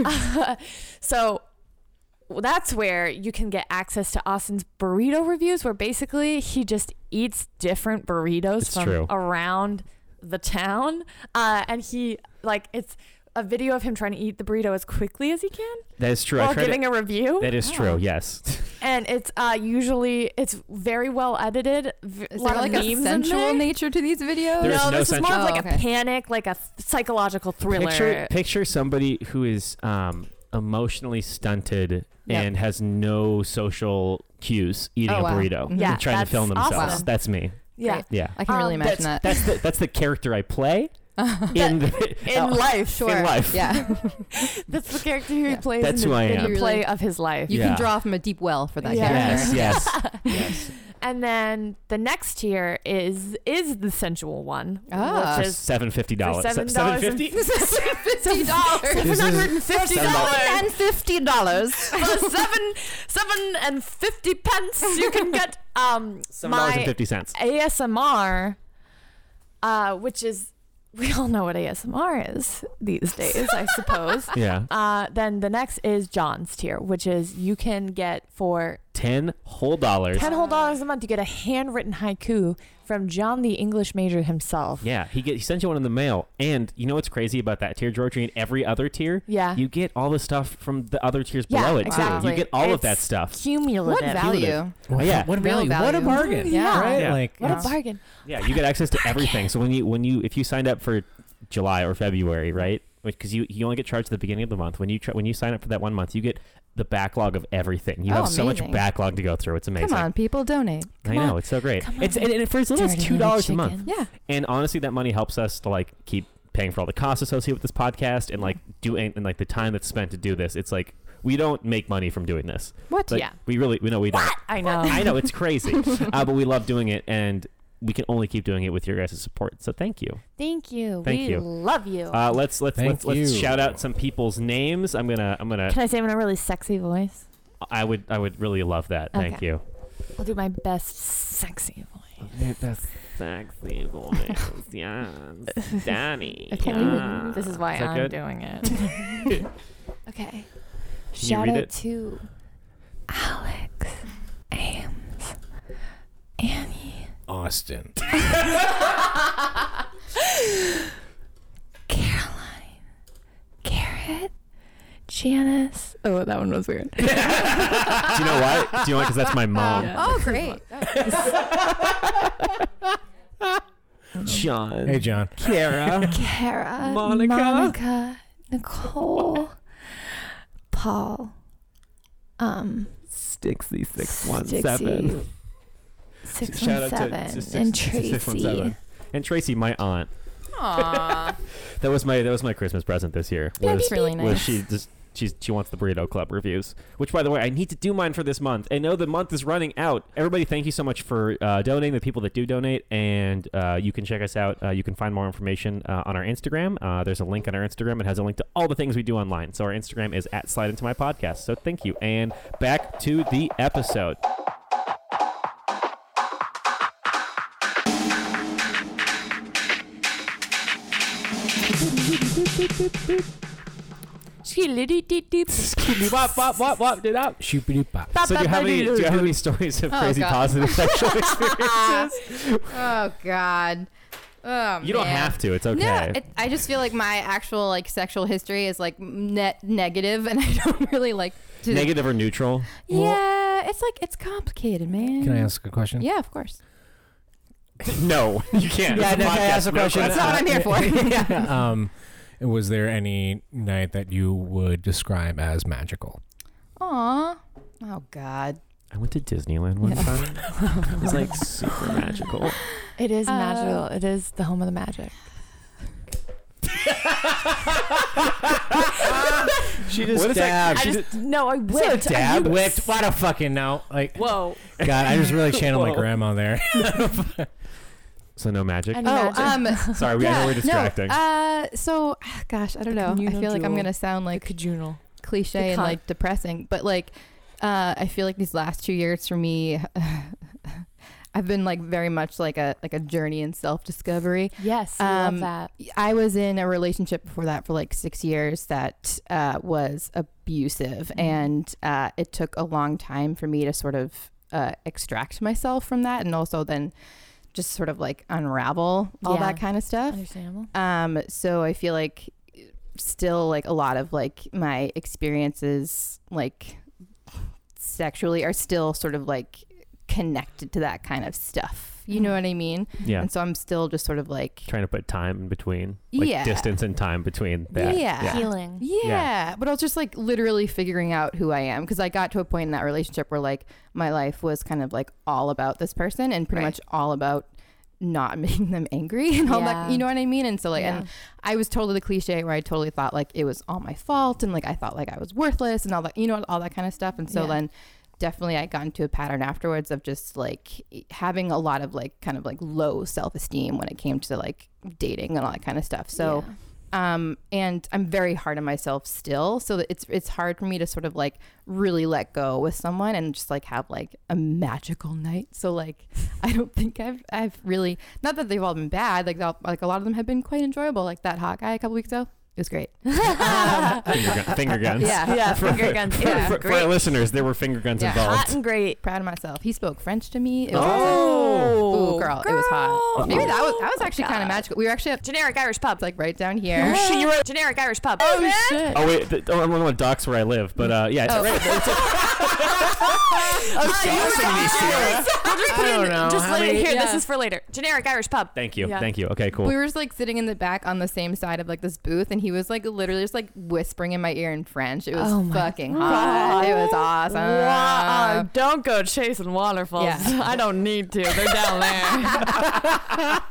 [SPEAKER 6] so well, that's where you can get access to Austin's burrito reviews, where basically he just eats different burritos
[SPEAKER 2] It's
[SPEAKER 6] from
[SPEAKER 2] true.
[SPEAKER 6] around the town, uh, and he like it's a video of him trying to eat the burrito as quickly as he can
[SPEAKER 2] That is true. I
[SPEAKER 6] while
[SPEAKER 2] tried to-
[SPEAKER 6] giving a review
[SPEAKER 2] that is true. Yes.
[SPEAKER 6] and it's uh usually it's very well edited v-
[SPEAKER 1] Is
[SPEAKER 6] lot
[SPEAKER 1] there like
[SPEAKER 6] of
[SPEAKER 1] a
[SPEAKER 6] memes in
[SPEAKER 1] sensual
[SPEAKER 6] there.
[SPEAKER 1] nature to these videos?
[SPEAKER 2] There is
[SPEAKER 6] no,
[SPEAKER 2] no
[SPEAKER 6] this is more
[SPEAKER 2] sensual-
[SPEAKER 6] of like
[SPEAKER 1] Oh, okay.
[SPEAKER 6] a panic, like a psychological thriller.
[SPEAKER 2] Picture picture somebody who is um, emotionally stunted
[SPEAKER 1] Yep.
[SPEAKER 2] and has no social cues eating
[SPEAKER 1] Oh,
[SPEAKER 2] a
[SPEAKER 1] wow.
[SPEAKER 2] burrito
[SPEAKER 6] Yeah,
[SPEAKER 2] and trying to
[SPEAKER 6] that's
[SPEAKER 2] film themselves.
[SPEAKER 6] awesome.
[SPEAKER 2] That's me.
[SPEAKER 6] yeah.
[SPEAKER 1] Great.
[SPEAKER 2] Yeah.
[SPEAKER 1] I can really
[SPEAKER 6] Um,
[SPEAKER 1] imagine
[SPEAKER 2] that's
[SPEAKER 1] that.
[SPEAKER 2] that's the that's the character I play. in the,
[SPEAKER 6] in life.
[SPEAKER 1] Sure.
[SPEAKER 2] life.
[SPEAKER 1] Yeah.
[SPEAKER 6] That's the character who he
[SPEAKER 1] Yeah.
[SPEAKER 6] plays.
[SPEAKER 2] That's
[SPEAKER 6] in
[SPEAKER 2] who
[SPEAKER 6] the,
[SPEAKER 2] I
[SPEAKER 6] in
[SPEAKER 2] am.
[SPEAKER 6] the play of his life.
[SPEAKER 1] You
[SPEAKER 2] Yeah.
[SPEAKER 1] can draw from a deep well for that
[SPEAKER 6] Yeah.
[SPEAKER 1] character.
[SPEAKER 2] Yes, yes.
[SPEAKER 6] And then the next tier is is the sensual one,
[SPEAKER 1] Ah.
[SPEAKER 6] which
[SPEAKER 2] For
[SPEAKER 6] is
[SPEAKER 2] seven fifty dollars.
[SPEAKER 6] $7
[SPEAKER 2] Seven fifty.
[SPEAKER 1] Fifty dollars.
[SPEAKER 4] This is-
[SPEAKER 6] fifty dollars.
[SPEAKER 1] And fifty dollars.
[SPEAKER 6] For seven, seven and fifty pence, you can get um
[SPEAKER 2] Seven dollars and
[SPEAKER 6] my
[SPEAKER 2] fifty cents.
[SPEAKER 6] ASMR, uh, which is we all know what ASMR is these days, I suppose.
[SPEAKER 2] Yeah,
[SPEAKER 6] Uh, then the next is John's tier, which is you can get for
[SPEAKER 2] ten whole dollars.
[SPEAKER 6] ten whole dollars a month. You get a handwritten haiku from John, the English major himself.
[SPEAKER 2] Yeah, he get he sent you one in the mail, and you know what's crazy about that tier, Georgie, and every other tier,
[SPEAKER 6] Yeah.
[SPEAKER 2] you get all the stuff from the other tiers
[SPEAKER 6] Uh. Yeah,
[SPEAKER 2] below it too.
[SPEAKER 6] exactly.
[SPEAKER 2] You get all of that
[SPEAKER 6] It's
[SPEAKER 2] stuff.
[SPEAKER 1] What
[SPEAKER 6] Cumulative.
[SPEAKER 1] value?
[SPEAKER 2] Oh, yeah.
[SPEAKER 9] What a
[SPEAKER 1] Real
[SPEAKER 9] value. What a
[SPEAKER 1] value.
[SPEAKER 9] bargain.
[SPEAKER 1] Yeah.
[SPEAKER 9] Right?
[SPEAKER 2] Yeah.
[SPEAKER 9] Like,
[SPEAKER 6] What
[SPEAKER 9] it's-
[SPEAKER 6] a bargain!
[SPEAKER 2] Yeah, you get access to everything. So when you when you if you signed up for July or February, right? Because you, you only get charged at the beginning of the month. When you try, when you sign up for that one month, you get the backlog of everything. You
[SPEAKER 1] Oh,
[SPEAKER 2] have so much
[SPEAKER 1] amazing.
[SPEAKER 2] backlog to go through. It's amazing.
[SPEAKER 1] Come on, people donate.
[SPEAKER 2] I know it's so great. It's and, and for as little as
[SPEAKER 6] Dirty
[SPEAKER 2] two
[SPEAKER 6] little
[SPEAKER 2] dollars a month.
[SPEAKER 6] chickens.
[SPEAKER 1] Yeah.
[SPEAKER 2] And honestly, that money helps us to like keep paying for all the costs associated with this podcast and like doing and like the time that's spent to do this. It's like we don't make money from doing this.
[SPEAKER 1] What?
[SPEAKER 2] Like,
[SPEAKER 6] Yeah.
[SPEAKER 2] We really we know we don't.
[SPEAKER 6] I know.
[SPEAKER 2] I know it's crazy, uh, but we love doing it, and we can only keep doing it with your guys' support. So thank you.
[SPEAKER 6] Thank you.
[SPEAKER 2] Thank
[SPEAKER 6] we
[SPEAKER 2] you.
[SPEAKER 6] love you.
[SPEAKER 2] Uh, let's let's
[SPEAKER 4] Thank
[SPEAKER 2] let's, let's
[SPEAKER 4] you.
[SPEAKER 2] shout out some people's names. I'm gonna I'm gonna
[SPEAKER 6] Can I say it in a really sexy voice?
[SPEAKER 2] I would I would really love that. Thank
[SPEAKER 6] Okay.
[SPEAKER 2] you.
[SPEAKER 6] I'll do my best sexy voice.
[SPEAKER 2] That's sexy voice, yes, Danny.
[SPEAKER 6] This is why
[SPEAKER 2] Ah. Is that
[SPEAKER 6] I'm
[SPEAKER 2] good?
[SPEAKER 6] doing it. okay. Shout
[SPEAKER 2] read
[SPEAKER 6] out
[SPEAKER 2] it?
[SPEAKER 6] to Alex, Ames, Annie,
[SPEAKER 4] Austin.
[SPEAKER 6] Caroline, Garrett, Janice. Oh, that one was weird.
[SPEAKER 2] Do you know why? Do you know why? Because that's my mom.
[SPEAKER 1] Oh, great.
[SPEAKER 2] John.
[SPEAKER 4] Hey, John.
[SPEAKER 2] Kara.
[SPEAKER 6] Kara,
[SPEAKER 2] Monica.
[SPEAKER 6] Monica, Nicole, Paul, um,
[SPEAKER 2] Stixy six one seven.
[SPEAKER 6] Dixie, six
[SPEAKER 2] Shout
[SPEAKER 6] one
[SPEAKER 2] out to-
[SPEAKER 6] seven,
[SPEAKER 2] to six-
[SPEAKER 6] and
[SPEAKER 2] to six one
[SPEAKER 6] Tracy.
[SPEAKER 2] seven. And Tracy, my aunt.
[SPEAKER 1] Aw.
[SPEAKER 2] That was my that was my Christmas present this year. Was,
[SPEAKER 1] That's really
[SPEAKER 2] was
[SPEAKER 1] nice.
[SPEAKER 2] she just she's she wants the burrito club reviews. Which by the way, I need to do mine for this month. I know the month is running out. Everybody, thank you so much for uh, donating. The people that do donate, and uh, you can check us out. Uh, you can find more information uh, on our Instagram. Uh, there's a link on our Instagram. It has a link to all the things we do online. So our Instagram is at Slide Into My Podcast. So thank you, and back to the episode. Wop, wop, wop, wop, did up.
[SPEAKER 4] Shoopity pop.
[SPEAKER 2] So do you have any do you have any stories of
[SPEAKER 1] Oh,
[SPEAKER 2] crazy
[SPEAKER 1] God.
[SPEAKER 2] positive sexual experiences?
[SPEAKER 1] oh God. Oh,
[SPEAKER 2] You don't
[SPEAKER 1] man.
[SPEAKER 2] have to. It's okay.
[SPEAKER 1] No, it, I just feel like my actual like sexual history is like net negative, and I don't really like to.
[SPEAKER 2] Negative or neutral?
[SPEAKER 1] Yeah, it's like it's complicated, man.
[SPEAKER 4] Can I ask a question?
[SPEAKER 1] Yeah, of course.
[SPEAKER 2] no, you can't.
[SPEAKER 9] Yeah,
[SPEAKER 2] It's
[SPEAKER 9] no, can I
[SPEAKER 2] podcast,
[SPEAKER 9] ask a
[SPEAKER 2] no
[SPEAKER 9] question?
[SPEAKER 1] That's not what I'm here for.
[SPEAKER 4] um, was there any night that you would describe as magical?
[SPEAKER 1] Aw. Oh God.
[SPEAKER 2] I went to Disneyland one time. it was like super magical.
[SPEAKER 6] It is
[SPEAKER 1] Uh,
[SPEAKER 6] magical. It is the home of the magic.
[SPEAKER 9] She just
[SPEAKER 2] What is that-
[SPEAKER 9] dabbed.
[SPEAKER 2] I
[SPEAKER 9] She
[SPEAKER 2] just-
[SPEAKER 9] just
[SPEAKER 6] No, I whipped.
[SPEAKER 9] dabbed. Whipped. What a fucking no. Like,
[SPEAKER 6] Whoa.
[SPEAKER 4] God, I just really channeled my
[SPEAKER 2] Whoa.
[SPEAKER 4] grandma there.
[SPEAKER 2] So no magic.
[SPEAKER 6] And
[SPEAKER 1] Oh,
[SPEAKER 6] magic.
[SPEAKER 1] um.
[SPEAKER 2] Sorry, we I know
[SPEAKER 1] yeah,
[SPEAKER 2] we're distracting.
[SPEAKER 1] No, uh, so gosh, I don't know. I
[SPEAKER 6] communal
[SPEAKER 1] feel like I'm
[SPEAKER 6] jewel.
[SPEAKER 1] gonna sound like
[SPEAKER 6] Cajunal.
[SPEAKER 1] cliche and
[SPEAKER 6] con-
[SPEAKER 1] like depressing, but like uh, I feel like these last two years for me, I've been like very much like a like a journey in self discovery.
[SPEAKER 6] Yes, I
[SPEAKER 1] Um,
[SPEAKER 6] love that.
[SPEAKER 1] I was in a relationship before that for like six years that uh, was abusive, and uh, it took a long time for me to sort of uh, extract myself from that, and also then just sort of like unravel all
[SPEAKER 6] Yeah.
[SPEAKER 1] that kind of stuff.
[SPEAKER 6] Understandable.
[SPEAKER 1] Um, so I feel like still like a lot of like my experiences like sexually are still sort of like connected to that kind of stuff. You know what I mean?
[SPEAKER 2] yeah.
[SPEAKER 1] And so I'm still just sort of like
[SPEAKER 2] Trying to put time in between. Like
[SPEAKER 1] Yeah.
[SPEAKER 2] distance and time between that.
[SPEAKER 1] Yeah.
[SPEAKER 6] Healing.
[SPEAKER 1] yeah.
[SPEAKER 2] Yeah.
[SPEAKER 1] But I was just like literally figuring out who I am because I got to a point in that relationship where like my life was kind of like all about this person and pretty
[SPEAKER 6] Right.
[SPEAKER 1] much all about not making them angry and all
[SPEAKER 3] Yeah.
[SPEAKER 1] that you know what I mean? And so like
[SPEAKER 6] Yeah.
[SPEAKER 1] and I was totally the cliche where I totally thought like it was all my fault and like I thought like I was worthless and all that you know all that kind of stuff. And so
[SPEAKER 6] Yeah.
[SPEAKER 1] then definitely I got into a pattern afterwards of just like e, having a lot of like kind of like low self esteem when it came to like dating and all that kind of stuff. So
[SPEAKER 6] Yeah.
[SPEAKER 1] um and i'm very hard on myself still so that it's it's hard for me to sort of like really let go with someone and just like have like a magical night so like i don't think i've i've really not that they've all been bad like they'll- like a lot of them have been quite enjoyable like that hot guy a couple weeks ago it was great Um,
[SPEAKER 2] Finger, gun, finger guns.
[SPEAKER 1] yeah
[SPEAKER 6] yeah, finger guns.
[SPEAKER 2] For,
[SPEAKER 6] Yeah,
[SPEAKER 2] for, for our
[SPEAKER 6] great.
[SPEAKER 2] listeners, there were finger guns
[SPEAKER 1] Yeah.
[SPEAKER 2] involved.
[SPEAKER 6] Hot and great.
[SPEAKER 1] proud of myself he spoke french to me it was
[SPEAKER 6] Oh,
[SPEAKER 1] Ooh, girl, it was hot maybe that was that was
[SPEAKER 6] Oh,
[SPEAKER 1] actually kind
[SPEAKER 6] God.
[SPEAKER 1] of magical we were actually at
[SPEAKER 3] Generic Irish pub.
[SPEAKER 1] like right down here
[SPEAKER 6] oh,
[SPEAKER 3] Shit, you were at generic Irish pub.
[SPEAKER 1] shit
[SPEAKER 2] Oh wait, th- oh, I'm one of the docks where I live, but uh, yeah, it's
[SPEAKER 1] Oh.
[SPEAKER 2] right. It's a,
[SPEAKER 3] We'll just put
[SPEAKER 9] I
[SPEAKER 3] it
[SPEAKER 9] don't
[SPEAKER 3] in,
[SPEAKER 9] know
[SPEAKER 3] just
[SPEAKER 9] how
[SPEAKER 3] let it
[SPEAKER 9] many-
[SPEAKER 3] here. This
[SPEAKER 6] Yeah.
[SPEAKER 3] is for later. Generic Irish pub.
[SPEAKER 2] thank you,
[SPEAKER 6] Yeah.
[SPEAKER 2] thank you. Okay, cool.
[SPEAKER 1] we were just like sitting in the back on the same side of like this booth and he was like literally just like whispering in my ear in french it was
[SPEAKER 6] Oh my
[SPEAKER 1] fucking hot it was awesome uh,
[SPEAKER 3] Wow, don't go chasing waterfalls.
[SPEAKER 1] Yeah.
[SPEAKER 3] I don't need to. They're down there.
[SPEAKER 1] so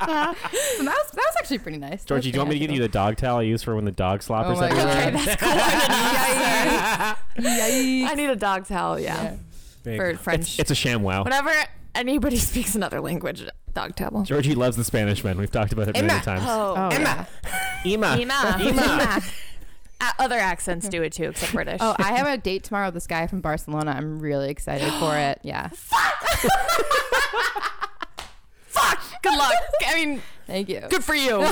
[SPEAKER 1] that was that was actually pretty nice
[SPEAKER 2] Georgie, do you want me to give you the dog towel I use for when the dog sloppers
[SPEAKER 1] Oh my
[SPEAKER 2] everywhere?
[SPEAKER 1] God.
[SPEAKER 3] okay, that's cool. I
[SPEAKER 1] the
[SPEAKER 6] I need a dog towel. Yeah,
[SPEAKER 4] Big.
[SPEAKER 6] for French.
[SPEAKER 2] It's a sham wow.
[SPEAKER 6] Whenever anybody speaks another language, dog towel.
[SPEAKER 2] Georgie loves the Spanish man. We've talked about it many
[SPEAKER 9] Emma.
[SPEAKER 2] times.
[SPEAKER 6] Oh,
[SPEAKER 1] oh, yeah.
[SPEAKER 2] Ima.
[SPEAKER 6] Ema.
[SPEAKER 2] Ema.
[SPEAKER 6] Uh, other accents do it too, except British.
[SPEAKER 1] oh i have a date tomorrow with this guy from barcelona i'm really excited for it yeah
[SPEAKER 3] Fuck. Good luck. I mean,
[SPEAKER 1] thank you
[SPEAKER 3] good for you.
[SPEAKER 1] yeah.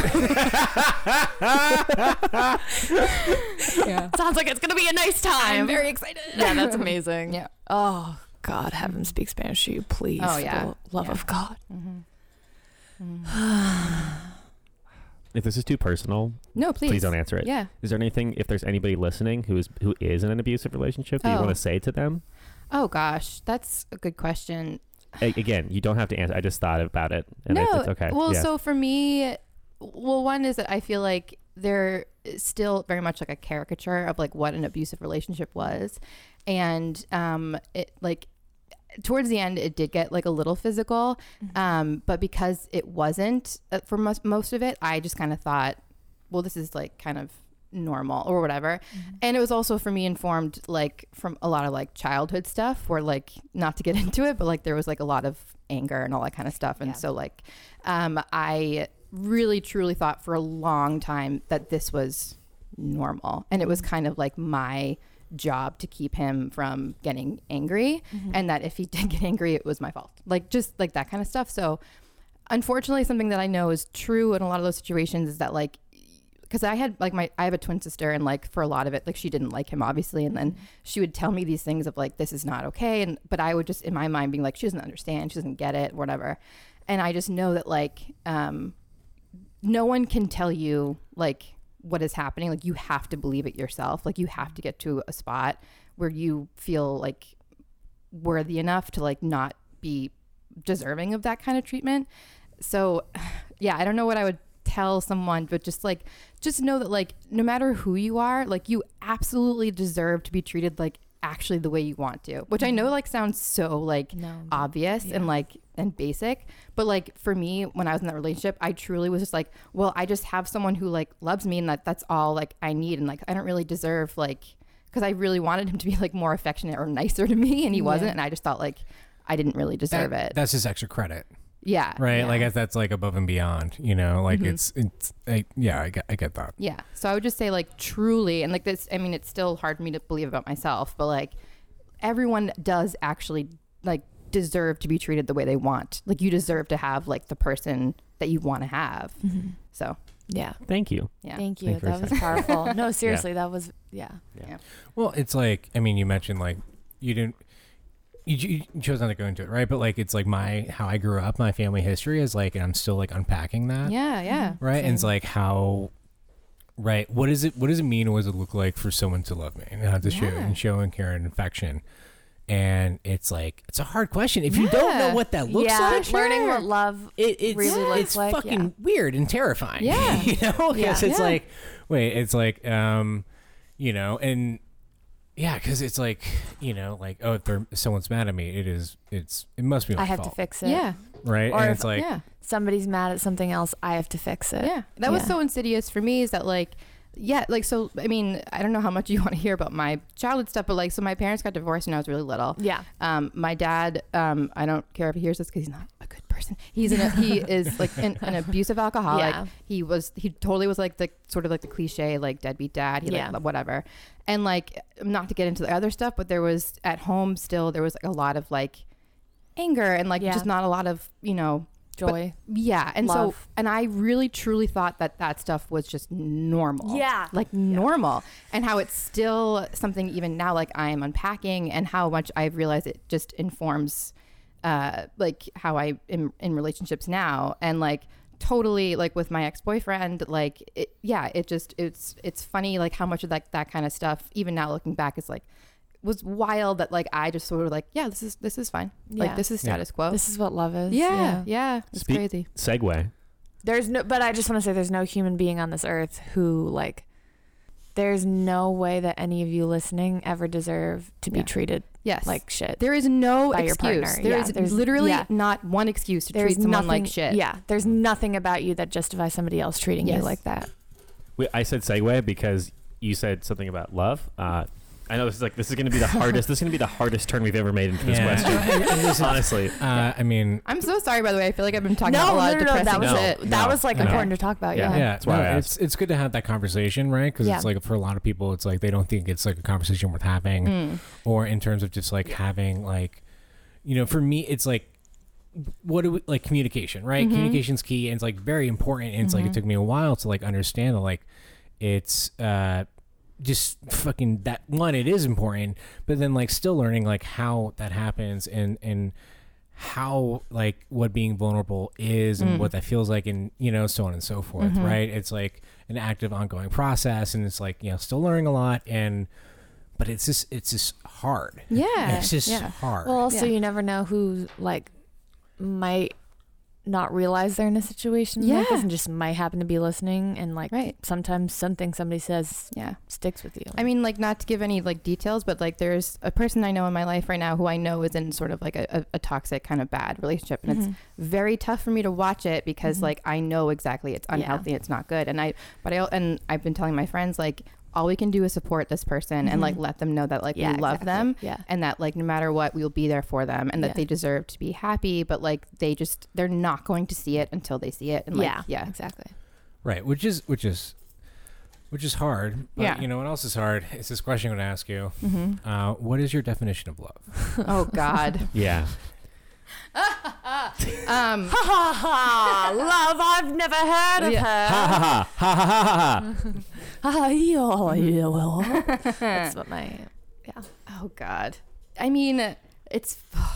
[SPEAKER 3] Sounds like it's gonna be a nice time.
[SPEAKER 1] i'm very excited
[SPEAKER 6] yeah, that's amazing.
[SPEAKER 1] yeah
[SPEAKER 6] Oh God, have him speak Spanish to you, please.
[SPEAKER 1] Oh,
[SPEAKER 6] for
[SPEAKER 1] yeah.
[SPEAKER 6] the love
[SPEAKER 1] Yeah.
[SPEAKER 6] of God.
[SPEAKER 1] Mm-hmm.
[SPEAKER 2] If this is too personal,
[SPEAKER 1] no please
[SPEAKER 2] please, don't answer it. Is
[SPEAKER 1] yeah
[SPEAKER 2] there anything? If there's anybody listening who is who is in an abusive relationship, that you
[SPEAKER 1] Oh.
[SPEAKER 2] want to say to them?
[SPEAKER 1] oh gosh that's a good question
[SPEAKER 2] A- again, you don't have to answer. I just thought about it, and
[SPEAKER 1] no,
[SPEAKER 2] it's, it's okay.
[SPEAKER 1] Well,
[SPEAKER 2] yeah.
[SPEAKER 1] so for me, well, one is that I feel like they're still very much like a caricature of like what an abusive relationship was, and um, it like towards the end it did get like a little physical, um, but because it wasn't uh, for most most of it, I just kind of thought, well, this is like kind of normal or whatever and it was also for me informed like from a lot of like childhood stuff where like not to get into it but like there was like a lot of anger and all that kind of stuff and so like um i really truly thought for a long time that this was normal and it was kind of like my job to keep him from getting angry and that if he did get angry it was my fault like just like that kind of stuff so unfortunately something that i know is true in a lot of those situations is that like because I had like my I have a twin sister and like for a lot of it like she didn't like him obviously and then she would tell me these things of like this is not okay and but I would just in my mind being like she doesn't understand she doesn't get it whatever and I just know that like um no one can tell you like what is happening like you have to believe it yourself like you have to get to a spot where you feel like worthy enough to like not be deserving of that kind of treatment so yeah i don't know what i would tell someone but just like just know that like no matter who you are like you absolutely deserve to be treated like actually the way you want to which i know like sounds so like
[SPEAKER 6] No.
[SPEAKER 1] obvious and like and basic but like for me when i was in that relationship i truly was just like well i just have someone who like loves me and that that's all like i need and like i don't really deserve like because i really wanted him to be like more affectionate or nicer to me and he wasn't and i just thought like i didn't really deserve
[SPEAKER 4] That-
[SPEAKER 1] it
[SPEAKER 4] That's just extra credit,
[SPEAKER 1] yeah
[SPEAKER 4] right?
[SPEAKER 1] yeah. Mm-hmm.
[SPEAKER 4] Like that's- that's like above and beyond. You know, like it's it's I, yeah. I get I get that.
[SPEAKER 1] Yeah. So I would just say like truly and like this I mean it's still hard for me to believe about myself, but like everyone does actually like deserve to be treated the way they want. Like you deserve to have like the person that you want to have.
[SPEAKER 6] Mm-hmm.
[SPEAKER 1] So,
[SPEAKER 6] Yeah.
[SPEAKER 2] thank you.
[SPEAKER 1] yeah.
[SPEAKER 6] Thank
[SPEAKER 2] you.
[SPEAKER 6] you.
[SPEAKER 2] Thank you
[SPEAKER 6] that
[SPEAKER 2] for That
[SPEAKER 6] was
[SPEAKER 2] was
[SPEAKER 6] powerful. No, seriously, that was yeah.
[SPEAKER 4] Well, it's like I mean, you mentioned like you didn't you, you chose not to go into it, right? But like it's like my how I grew up, my family history is like, and I'm still like unpacking that,
[SPEAKER 1] yeah, yeah.
[SPEAKER 4] right? And it's like how right what is it what does it mean what does it look like for someone to love me and how to show
[SPEAKER 1] Yeah.
[SPEAKER 4] and show and care and affection and it's like it's a hard question if you don't know
[SPEAKER 1] Yeah.
[SPEAKER 4] what that looks
[SPEAKER 6] yeah,
[SPEAKER 4] like
[SPEAKER 6] learning what love.
[SPEAKER 4] it, it's
[SPEAKER 6] really looks
[SPEAKER 4] it's
[SPEAKER 6] like,
[SPEAKER 4] fucking
[SPEAKER 6] yeah.
[SPEAKER 4] weird and terrifying.
[SPEAKER 1] Yeah.
[SPEAKER 4] you know, because
[SPEAKER 1] Yeah.
[SPEAKER 4] it's
[SPEAKER 1] Yeah.
[SPEAKER 4] like, wait, it's like, um, you know, and yeah, because it's like, you know, like, oh, if they're, someone's mad at me, it is, it's, it must be my
[SPEAKER 6] I have
[SPEAKER 4] fault,
[SPEAKER 6] to fix it.
[SPEAKER 1] Yeah.
[SPEAKER 4] right?
[SPEAKER 6] or
[SPEAKER 4] and
[SPEAKER 6] if-
[SPEAKER 4] it's like,
[SPEAKER 1] yeah.
[SPEAKER 6] somebody's mad at something else, I have to fix it.
[SPEAKER 1] Yeah, that was
[SPEAKER 6] Yeah.
[SPEAKER 1] so insidious for me. Is that like, yeah, like so? I mean, I don't know how much you want to hear about my childhood stuff, but like, so my parents got divorced when I was really little.
[SPEAKER 6] Yeah.
[SPEAKER 1] Um, my dad, um, I don't care if he hears this because he's not a good person. He's an, he is like an, an abusive alcoholic.
[SPEAKER 6] Yeah.
[SPEAKER 1] He was he totally was like the sort of like the cliche like deadbeat dad. He
[SPEAKER 6] Yeah.
[SPEAKER 1] like whatever, and like not to get into the other stuff, but there was at home still there was like a lot of like anger and like
[SPEAKER 6] Yeah.
[SPEAKER 1] just not a lot of you know but-
[SPEAKER 6] Joy.
[SPEAKER 1] yeah, and so
[SPEAKER 6] Love.
[SPEAKER 1] and I really truly thought that that stuff was just normal.
[SPEAKER 3] Yeah.
[SPEAKER 1] like normal, and how it's still something even now. Like I am unpacking, and how much I've realized it just informs, uh, like how I am in relationships now, and like totally like with my ex-boyfriend like it, yeah it just it's it's funny like how much of that that kind of stuff even now looking back is like was wild that like i just sort of like yeah this is this is fine
[SPEAKER 6] Yeah.
[SPEAKER 1] like this is
[SPEAKER 2] Yeah.
[SPEAKER 1] status quo
[SPEAKER 6] This is what love is.
[SPEAKER 1] yeah yeah, it's
[SPEAKER 2] Speak-
[SPEAKER 1] crazy
[SPEAKER 2] Segue.
[SPEAKER 6] There's no, but I just want to say there's no human being on this earth who like. There's no way that any of you listening ever deserve to be
[SPEAKER 1] Yeah.
[SPEAKER 6] treated
[SPEAKER 1] Yes.
[SPEAKER 6] like shit.
[SPEAKER 1] there is no
[SPEAKER 6] by your
[SPEAKER 1] excuse.
[SPEAKER 6] partner.
[SPEAKER 1] There
[SPEAKER 6] Yeah,
[SPEAKER 1] is
[SPEAKER 6] there's-
[SPEAKER 1] literally
[SPEAKER 6] yeah.
[SPEAKER 1] not one excuse to treat someone like shit.
[SPEAKER 6] Yeah, there's
[SPEAKER 4] Mm.
[SPEAKER 6] nothing about you that justifies somebody else treating you
[SPEAKER 1] Yes.
[SPEAKER 6] like that.
[SPEAKER 2] We, I said segue because you said something about love. Uh, I know this is like this is going to be the hardest. this is going to be the hardest turn we've ever made into this
[SPEAKER 4] Yeah.
[SPEAKER 2] question. Honestly,
[SPEAKER 4] Uh, I mean,
[SPEAKER 1] I'm so sorry, by the way. I feel like I've been talking about a lot of depressing
[SPEAKER 6] that was
[SPEAKER 1] shit.
[SPEAKER 6] that
[SPEAKER 2] No,
[SPEAKER 6] was like
[SPEAKER 2] no.
[SPEAKER 6] important to talk about.
[SPEAKER 2] Yeah.
[SPEAKER 6] Yeah,
[SPEAKER 4] yeah,
[SPEAKER 2] That's why
[SPEAKER 4] no,
[SPEAKER 2] I
[SPEAKER 4] it's it's good to have that conversation, right? Because
[SPEAKER 6] Uh, Yeah.
[SPEAKER 4] it's like for a lot of people, it's like they don't think it's like a conversation worth having,
[SPEAKER 1] Mm.
[SPEAKER 4] or in terms of just like having like, you know, for me, it's like. What do we like communication, right? Communication's key and it's like very important. And it's like it took me a while to like understand that like it's uh just fucking that one it is important but then like still learning like how that happens and and how like what being vulnerable is and what that feels like and you know so on and so forth right it's like an active ongoing process and it's like you know still learning a lot and but it's just it's just hard
[SPEAKER 1] Yeah,
[SPEAKER 4] it's just
[SPEAKER 1] yeah.
[SPEAKER 4] hard
[SPEAKER 6] Well, also
[SPEAKER 1] Yeah.
[SPEAKER 6] you never know who like might not realize they're in a situation like
[SPEAKER 1] Yeah.
[SPEAKER 6] this and just might happen to be listening and like
[SPEAKER 1] Right.
[SPEAKER 6] sometimes something somebody says
[SPEAKER 1] Yeah.
[SPEAKER 6] sticks with you.
[SPEAKER 1] I mean, like, not to give any like details, but like, there's a person I know in my life right now who I know is in sort of like a, a, a toxic kind of bad relationship, and
[SPEAKER 6] Mm-hmm.
[SPEAKER 1] it's very tough for me to watch it because like I know exactly it's unhealthy, it's not good, and I but I and I've been telling my friends like all we can do is support this person and like let them know that like
[SPEAKER 6] Mm-hmm. Yeah,
[SPEAKER 1] we love
[SPEAKER 6] exactly.
[SPEAKER 1] them
[SPEAKER 6] Yeah.
[SPEAKER 1] and that like no matter what we will be there for them and that
[SPEAKER 6] Yeah.
[SPEAKER 1] they deserve to be happy but like they just they're not going to see it until they see it and like
[SPEAKER 6] yeah,
[SPEAKER 1] yeah
[SPEAKER 6] exactly.
[SPEAKER 4] Right, which is which is which is hard. But
[SPEAKER 1] Yeah.
[SPEAKER 4] you know what else is hard? It's this question I'm gonna ask you.
[SPEAKER 6] Mm-hmm.
[SPEAKER 4] Uh, what is your definition of love?
[SPEAKER 1] oh god
[SPEAKER 2] yeah.
[SPEAKER 1] um
[SPEAKER 6] Ha ha ha! Love, I've never heard of
[SPEAKER 1] Yeah.
[SPEAKER 6] her.
[SPEAKER 2] Ha ha ha ha ha ha ha.
[SPEAKER 6] Ah, yeah,
[SPEAKER 2] Mm-hmm.
[SPEAKER 6] yeah, well. That's what my
[SPEAKER 1] Oh God. I mean, it's.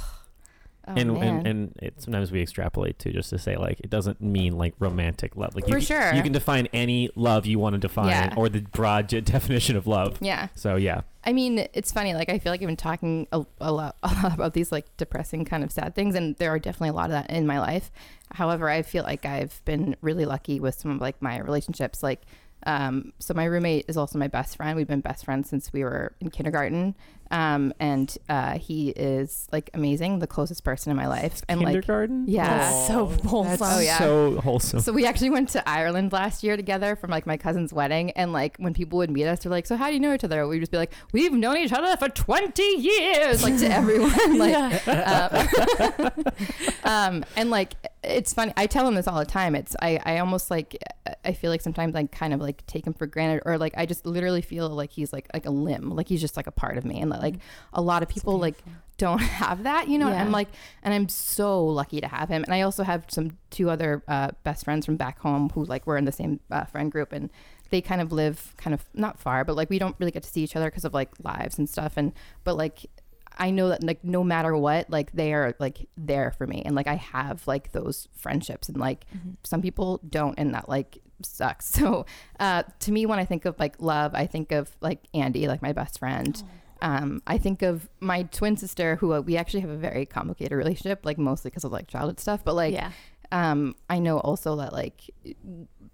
[SPEAKER 1] Oh,
[SPEAKER 2] and,
[SPEAKER 1] man.
[SPEAKER 2] and and it, sometimes we extrapolate to just to say like it doesn't mean like romantic love. Like
[SPEAKER 1] For
[SPEAKER 2] you, c-
[SPEAKER 1] sure.
[SPEAKER 2] you can define any love you want to define
[SPEAKER 1] Yeah.
[SPEAKER 2] or the broad ge- definition of love.
[SPEAKER 1] yeah,
[SPEAKER 2] So yeah,
[SPEAKER 1] I mean, it's funny. Like I feel like I've been talking a, a lot, a lot about these like depressing kind of sad things, and there are definitely a lot of that in my life. However, I feel like I've been really lucky with some of like my relationships. Like, um, so my roommate is also my best friend. We've been best friends since we were in kindergarten, um, and uh, he is like amazing, the closest person in my life, and like
[SPEAKER 2] kindergarten.
[SPEAKER 1] yeah.
[SPEAKER 6] so wholesome.
[SPEAKER 1] Oh, yeah.
[SPEAKER 2] so wholesome.
[SPEAKER 1] So we actually went to Ireland last year together from like my cousin's wedding, and like when people would meet us, they're like, "So how do you know each other?" We'd just be like, "We've known each other for twenty years," like to everyone, like, um, um, and like it's funny. I tell them this all the time. It's I, I almost like I feel like sometimes I kind of like take him for granted, or like I just literally feel like he's like like a limb, like he's just like a part of me, and like a lot of people like don't have that, you know. And
[SPEAKER 6] Yeah.
[SPEAKER 1] I'm like, and I'm so lucky to have him. And I also have some two other uh, best friends from back home who like were in the same uh, friend group, and they kind of live kind of not far, but like we don't really get to see each other because of like lives and stuff. And but like I know that like no matter what, like they are like there for me, and like I have like those friendships, and like
[SPEAKER 6] Mm-hmm.
[SPEAKER 1] some people don't, and that like sucks. So uh, to me, when I think of like love, I think of like Andy, like my best friend. Um, I think of my twin sister, who uh, we actually have a very complicated relationship, like mostly because of like childhood stuff, but like
[SPEAKER 6] Yeah.
[SPEAKER 1] um, I know also that like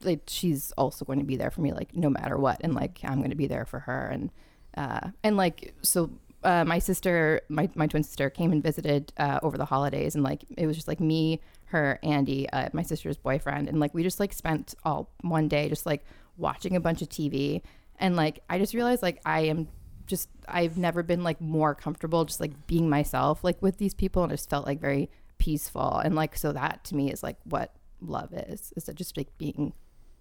[SPEAKER 1] like she's also going to be there for me like no matter what and like I'm going to be there for her and uh and like so uh, my sister, my, my twin sister, came and visited uh, over the holidays, and like it was just like me, her, Andy, uh, my sister's boyfriend, and like we just like spent all one day just like watching a bunch of TV, and like I just realized like I am just I've never been like more comfortable just like being myself like with these people, and it just felt like very peaceful, and like so that to me is like what love is is that just like being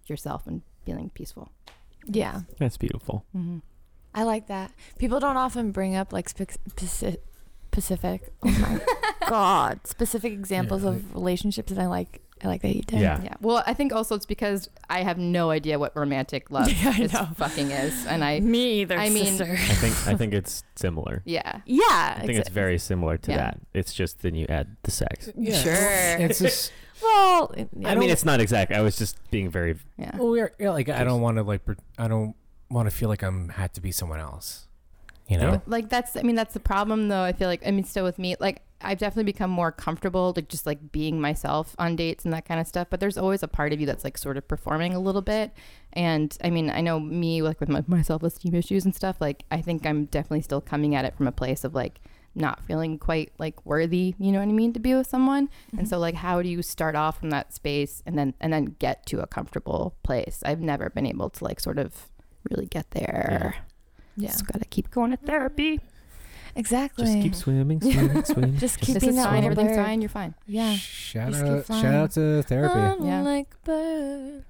[SPEAKER 1] yourself and feeling peaceful.
[SPEAKER 6] Yeah.
[SPEAKER 2] That's beautiful.
[SPEAKER 3] Mm-hmm.
[SPEAKER 6] I like that. People don't often bring up like spec- Paci- Pacific. Oh my god, specific examples of relationships, and I like. I like that you did.
[SPEAKER 2] Yeah.
[SPEAKER 1] Yeah. Well, I think also it's because I have no idea what romantic love
[SPEAKER 3] Yeah, I
[SPEAKER 1] is
[SPEAKER 3] know.
[SPEAKER 1] fucking is, and I
[SPEAKER 3] Me either,
[SPEAKER 1] I mean-
[SPEAKER 3] sister.
[SPEAKER 2] I think I think it's similar.
[SPEAKER 1] yeah.
[SPEAKER 6] Yeah.
[SPEAKER 2] I think it's very similar to
[SPEAKER 1] yeah.
[SPEAKER 2] that. It's just then you add the sex.
[SPEAKER 1] Sure.
[SPEAKER 4] It's just
[SPEAKER 6] well.
[SPEAKER 2] I, mean, it's not exact. I was just being very.
[SPEAKER 1] Yeah.
[SPEAKER 4] well, we're, yeah, like I don't want to like pre- I don't want to feel like I'm had to be someone else. You know?
[SPEAKER 1] Like that's I mean that's the problem though. I feel like I mean still with me like I've definitely become more comfortable like just like being myself on dates and that kind of stuff. But there's always a part of you that's like sort of performing a little bit. And I mean I know me like with my, my self esteem issues and stuff. Like I think I'm definitely still coming at it from a place of like not feeling quite like worthy. You know what I mean to be with someone. And so like how do you start off from that space and then and then get to a comfortable place? I've never been able to like sort of really get there.
[SPEAKER 6] yeah,
[SPEAKER 1] Just gotta keep going to therapy.
[SPEAKER 6] exactly.
[SPEAKER 2] Just keep swimming, swimming, swimming.
[SPEAKER 6] Just
[SPEAKER 1] This
[SPEAKER 6] keeping
[SPEAKER 1] is
[SPEAKER 6] that
[SPEAKER 1] fine.
[SPEAKER 6] little
[SPEAKER 1] Everything's
[SPEAKER 6] bird.
[SPEAKER 1] fine. You're fine.
[SPEAKER 6] Yeah.
[SPEAKER 4] Shout
[SPEAKER 6] Just keep
[SPEAKER 4] out, shout
[SPEAKER 6] flying.
[SPEAKER 4] out to therapy.
[SPEAKER 6] I'm
[SPEAKER 1] Yeah.
[SPEAKER 6] like bird.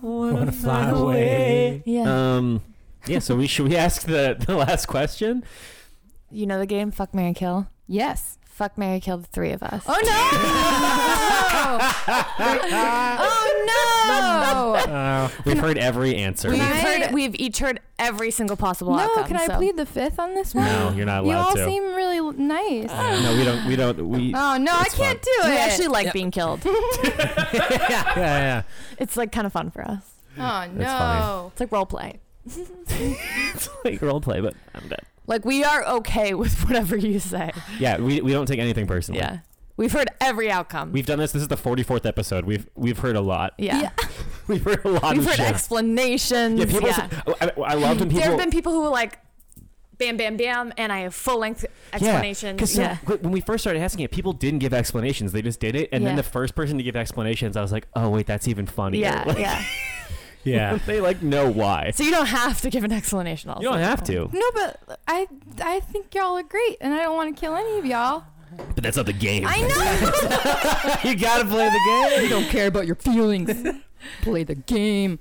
[SPEAKER 4] Wanna fly away?
[SPEAKER 6] Yeah.
[SPEAKER 2] Um. Yeah. So we should we ask the the last question?
[SPEAKER 6] you know the game. Fuck Mary Kill.
[SPEAKER 1] Yes.
[SPEAKER 6] Fuck Mary Kill. The three of us.
[SPEAKER 1] Oh no!
[SPEAKER 6] Oh!
[SPEAKER 1] oh
[SPEAKER 4] Uh,
[SPEAKER 2] We've heard every answer.
[SPEAKER 1] We-
[SPEAKER 3] We've,
[SPEAKER 1] Can I-
[SPEAKER 3] heard, we've each heard every single possible
[SPEAKER 1] no!
[SPEAKER 3] outcome.
[SPEAKER 1] no, can I
[SPEAKER 3] so.
[SPEAKER 1] plead the fifth on this one?
[SPEAKER 2] no, you're not
[SPEAKER 1] you
[SPEAKER 2] allowed
[SPEAKER 1] all
[SPEAKER 2] to.
[SPEAKER 1] seem really l- nice.
[SPEAKER 2] Uh, no, we don't. We don't. We.
[SPEAKER 1] oh no, I
[SPEAKER 2] it's
[SPEAKER 1] can't
[SPEAKER 2] fine.
[SPEAKER 1] do
[SPEAKER 3] We
[SPEAKER 1] it.
[SPEAKER 3] actually like being killed.
[SPEAKER 4] yeah, yeah.
[SPEAKER 6] It's like kind of fun for us.
[SPEAKER 1] oh
[SPEAKER 2] That's
[SPEAKER 1] no.
[SPEAKER 6] It's like role play.
[SPEAKER 2] it's like role play, but I'm dead.
[SPEAKER 6] Like we are okay with whatever you say.
[SPEAKER 2] Yeah, we, we don't take anything personally.
[SPEAKER 6] Yeah. We've heard every outcome.
[SPEAKER 2] We've done this. This is the 44th episode. We've we've heard a lot.
[SPEAKER 6] yeah.
[SPEAKER 2] We've heard a lot
[SPEAKER 6] We've
[SPEAKER 2] of
[SPEAKER 6] heard
[SPEAKER 2] shit.
[SPEAKER 6] explanations.
[SPEAKER 2] yeah,
[SPEAKER 6] Yeah.
[SPEAKER 2] people. I, I loved when people.
[SPEAKER 6] there have been people who were like, bam, bam, bam, and I have full length
[SPEAKER 2] Yeah,
[SPEAKER 6] explanations.
[SPEAKER 2] 'cause some- wh- when we first started asking it, people didn't give explanations. They just did it, and then
[SPEAKER 6] Yeah.
[SPEAKER 2] the first person to give explanations, I was like, "Oh wait, that's even funnier."
[SPEAKER 6] Yeah. Yeah.
[SPEAKER 2] Like,
[SPEAKER 4] yeah.
[SPEAKER 2] they like know why.
[SPEAKER 6] So you don't have to give an explanation. Also.
[SPEAKER 2] You don't have to,
[SPEAKER 1] No, but I I think y'all are great, and I don't want to kill any of y'all.
[SPEAKER 2] but that's not the game.
[SPEAKER 1] I know.
[SPEAKER 2] you gotta play the game.
[SPEAKER 1] you don't care about your feelings. Play the game.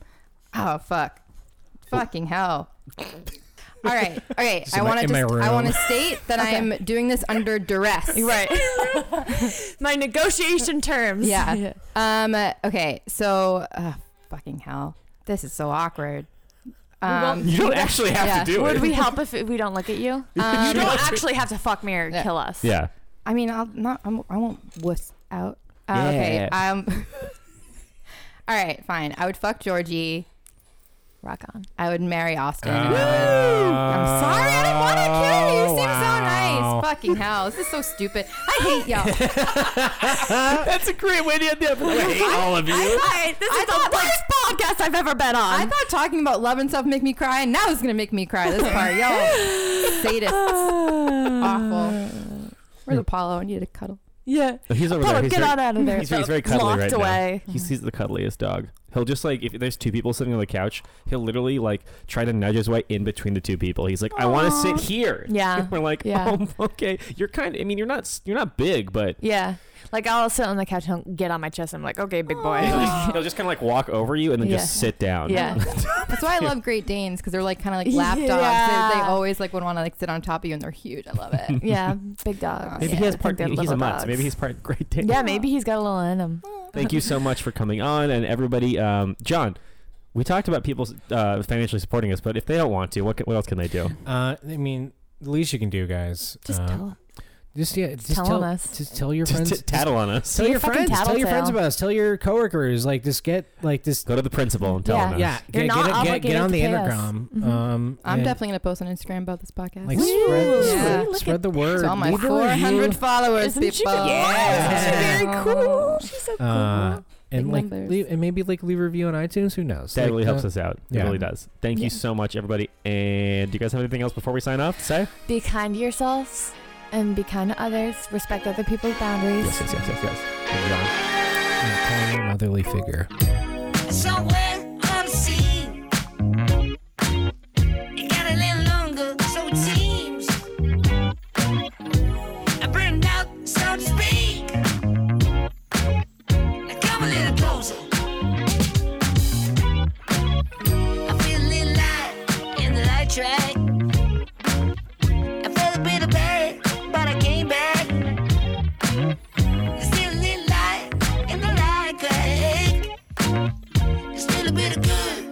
[SPEAKER 1] Oh fuck.
[SPEAKER 2] Oh.
[SPEAKER 1] Fucking hell. All right. Okay.
[SPEAKER 4] Just
[SPEAKER 1] I
[SPEAKER 4] in my-
[SPEAKER 1] want to
[SPEAKER 4] in my
[SPEAKER 1] just I
[SPEAKER 4] room.
[SPEAKER 1] want to state that I am doing this under duress.
[SPEAKER 6] Right. My negotiation terms.
[SPEAKER 1] Yeah. Um okay. So uh, fucking hell. This is so awkward. Um
[SPEAKER 2] You don't actually have
[SPEAKER 1] Yeah.
[SPEAKER 2] to do
[SPEAKER 6] Would
[SPEAKER 2] it.
[SPEAKER 6] we help if we don't look at you? Um, you don't actually have to fuck me or
[SPEAKER 1] Yeah.
[SPEAKER 6] kill us.
[SPEAKER 2] yeah.
[SPEAKER 1] um, I mean, I'll not I'm, I won't wuss out. Uh, Okay. Um All right, fine. I would fuck Georgie.
[SPEAKER 6] Rock on.
[SPEAKER 1] I would marry Austin.
[SPEAKER 6] Uh,
[SPEAKER 1] and I would I'm sorry, I didn't want to kill you. You seem so nice. Fucking hell, this is so stupid. I hate y'all.
[SPEAKER 2] That's a great way to end the episode. I hate all of you.
[SPEAKER 6] Alright, this
[SPEAKER 1] I
[SPEAKER 6] is
[SPEAKER 1] thought-
[SPEAKER 6] the worst podcast I've ever been on.
[SPEAKER 1] I thought talking about love and stuff make me cry, and now it's gonna make me cry. This part, y'all, sadists, awful. Where's Apollo? I need a cuddle.
[SPEAKER 6] yeah.
[SPEAKER 2] He's over
[SPEAKER 6] Paul,
[SPEAKER 2] there.
[SPEAKER 6] get
[SPEAKER 2] He's very,
[SPEAKER 6] on out of there.
[SPEAKER 2] he's, very- he's very cuddly
[SPEAKER 6] Locked
[SPEAKER 2] right
[SPEAKER 6] away.
[SPEAKER 2] now. He sees the cuddliest dog. He'll just like if there's two people sitting on the couch, he'll literally like try to nudge his way in between the two people. He's like, I want to sit here.
[SPEAKER 6] Yeah.
[SPEAKER 2] We're like,
[SPEAKER 6] Yeah.
[SPEAKER 2] "Oh, okay. You're kind. Of, I mean, you're not. s- You're not big, but
[SPEAKER 6] Yeah. Like I'll sit on the couch and he'll get on my chest. I'm like, okay, big boy.
[SPEAKER 2] he'll just kind of like walk over you and then just
[SPEAKER 6] Yeah.
[SPEAKER 2] sit down.
[SPEAKER 6] yeah.
[SPEAKER 1] That's why I love Great Danes because they're like kind of like lap dogs.
[SPEAKER 6] Yeah.
[SPEAKER 1] They, they always like would want to like sit on top of you, and they're huge. I love it.
[SPEAKER 6] Yeah. Big dogs.
[SPEAKER 2] Maybe
[SPEAKER 6] yeah,
[SPEAKER 2] he
[SPEAKER 6] I
[SPEAKER 2] has
[SPEAKER 6] think
[SPEAKER 2] part.
[SPEAKER 6] they're
[SPEAKER 2] He's
[SPEAKER 6] little
[SPEAKER 2] a mutt.
[SPEAKER 6] dogs.
[SPEAKER 2] So maybe he's part Great Dane.
[SPEAKER 6] Yeah, maybe he's got a little in him.
[SPEAKER 2] Thank you so much for coming on and everybody. Um, John, we talked about people uh, financially supporting us, but if they don't want to, what, can, what else can they do?
[SPEAKER 4] Uh, I mean, the least you can do, guys.
[SPEAKER 6] Just
[SPEAKER 4] uh,
[SPEAKER 6] tell him.
[SPEAKER 4] Just yeah. Just
[SPEAKER 6] tell
[SPEAKER 4] tell
[SPEAKER 6] us.
[SPEAKER 4] Just tell your
[SPEAKER 2] Just
[SPEAKER 4] friends.
[SPEAKER 2] t- tattle on us.
[SPEAKER 4] tell
[SPEAKER 6] Be a
[SPEAKER 4] your
[SPEAKER 6] fucking
[SPEAKER 4] friends. Tell your
[SPEAKER 6] tattletale.
[SPEAKER 4] friends about us. Tell your coworkers. Like, just get like this.
[SPEAKER 2] Go to the principal and tell
[SPEAKER 6] Yeah.
[SPEAKER 2] him.
[SPEAKER 4] Yeah,
[SPEAKER 6] You're
[SPEAKER 4] get,
[SPEAKER 6] not
[SPEAKER 4] get, get, get
[SPEAKER 6] obligated
[SPEAKER 4] on
[SPEAKER 6] to
[SPEAKER 4] the
[SPEAKER 6] pay us.
[SPEAKER 4] intercom.
[SPEAKER 6] Mhm.
[SPEAKER 4] Um,
[SPEAKER 1] I'm
[SPEAKER 4] and,
[SPEAKER 1] definitely gonna post on Instagram about this podcast.
[SPEAKER 4] like spread,
[SPEAKER 1] Yeah.
[SPEAKER 4] spread,
[SPEAKER 6] Look
[SPEAKER 4] spread
[SPEAKER 6] at
[SPEAKER 4] the word.
[SPEAKER 1] to all my
[SPEAKER 4] Leave a
[SPEAKER 1] 400
[SPEAKER 4] review.
[SPEAKER 1] followers,
[SPEAKER 6] Isn't she
[SPEAKER 1] people.
[SPEAKER 6] good?
[SPEAKER 4] Yeah.
[SPEAKER 6] She's very cool. She's so cool.
[SPEAKER 4] Uh, and
[SPEAKER 1] Big
[SPEAKER 4] like
[SPEAKER 1] numbers.
[SPEAKER 4] leave, and maybe like leave a review on iTunes. Who knows?
[SPEAKER 2] That
[SPEAKER 4] Like,
[SPEAKER 2] really helps
[SPEAKER 4] uh,
[SPEAKER 2] us out. It
[SPEAKER 4] yeah.
[SPEAKER 2] really does. Thank
[SPEAKER 1] Yeah.
[SPEAKER 2] you so much, everybody. And do you guys have anything else before we sign off? Say
[SPEAKER 3] Be kind to yourselves and be kind to others. Respect other people's boundaries.
[SPEAKER 2] yes, yes, yes, yes, yes. Thank you, John.
[SPEAKER 4] and call your motherly figure.
[SPEAKER 5] somewhere unseen. It got a little longer, so it seems. I burned out, so to speak. Now come a little closer. I feel a little light in the light track. I felt a bit of bad, but I came back. There's still a little light in the light track. It's still a bit of good,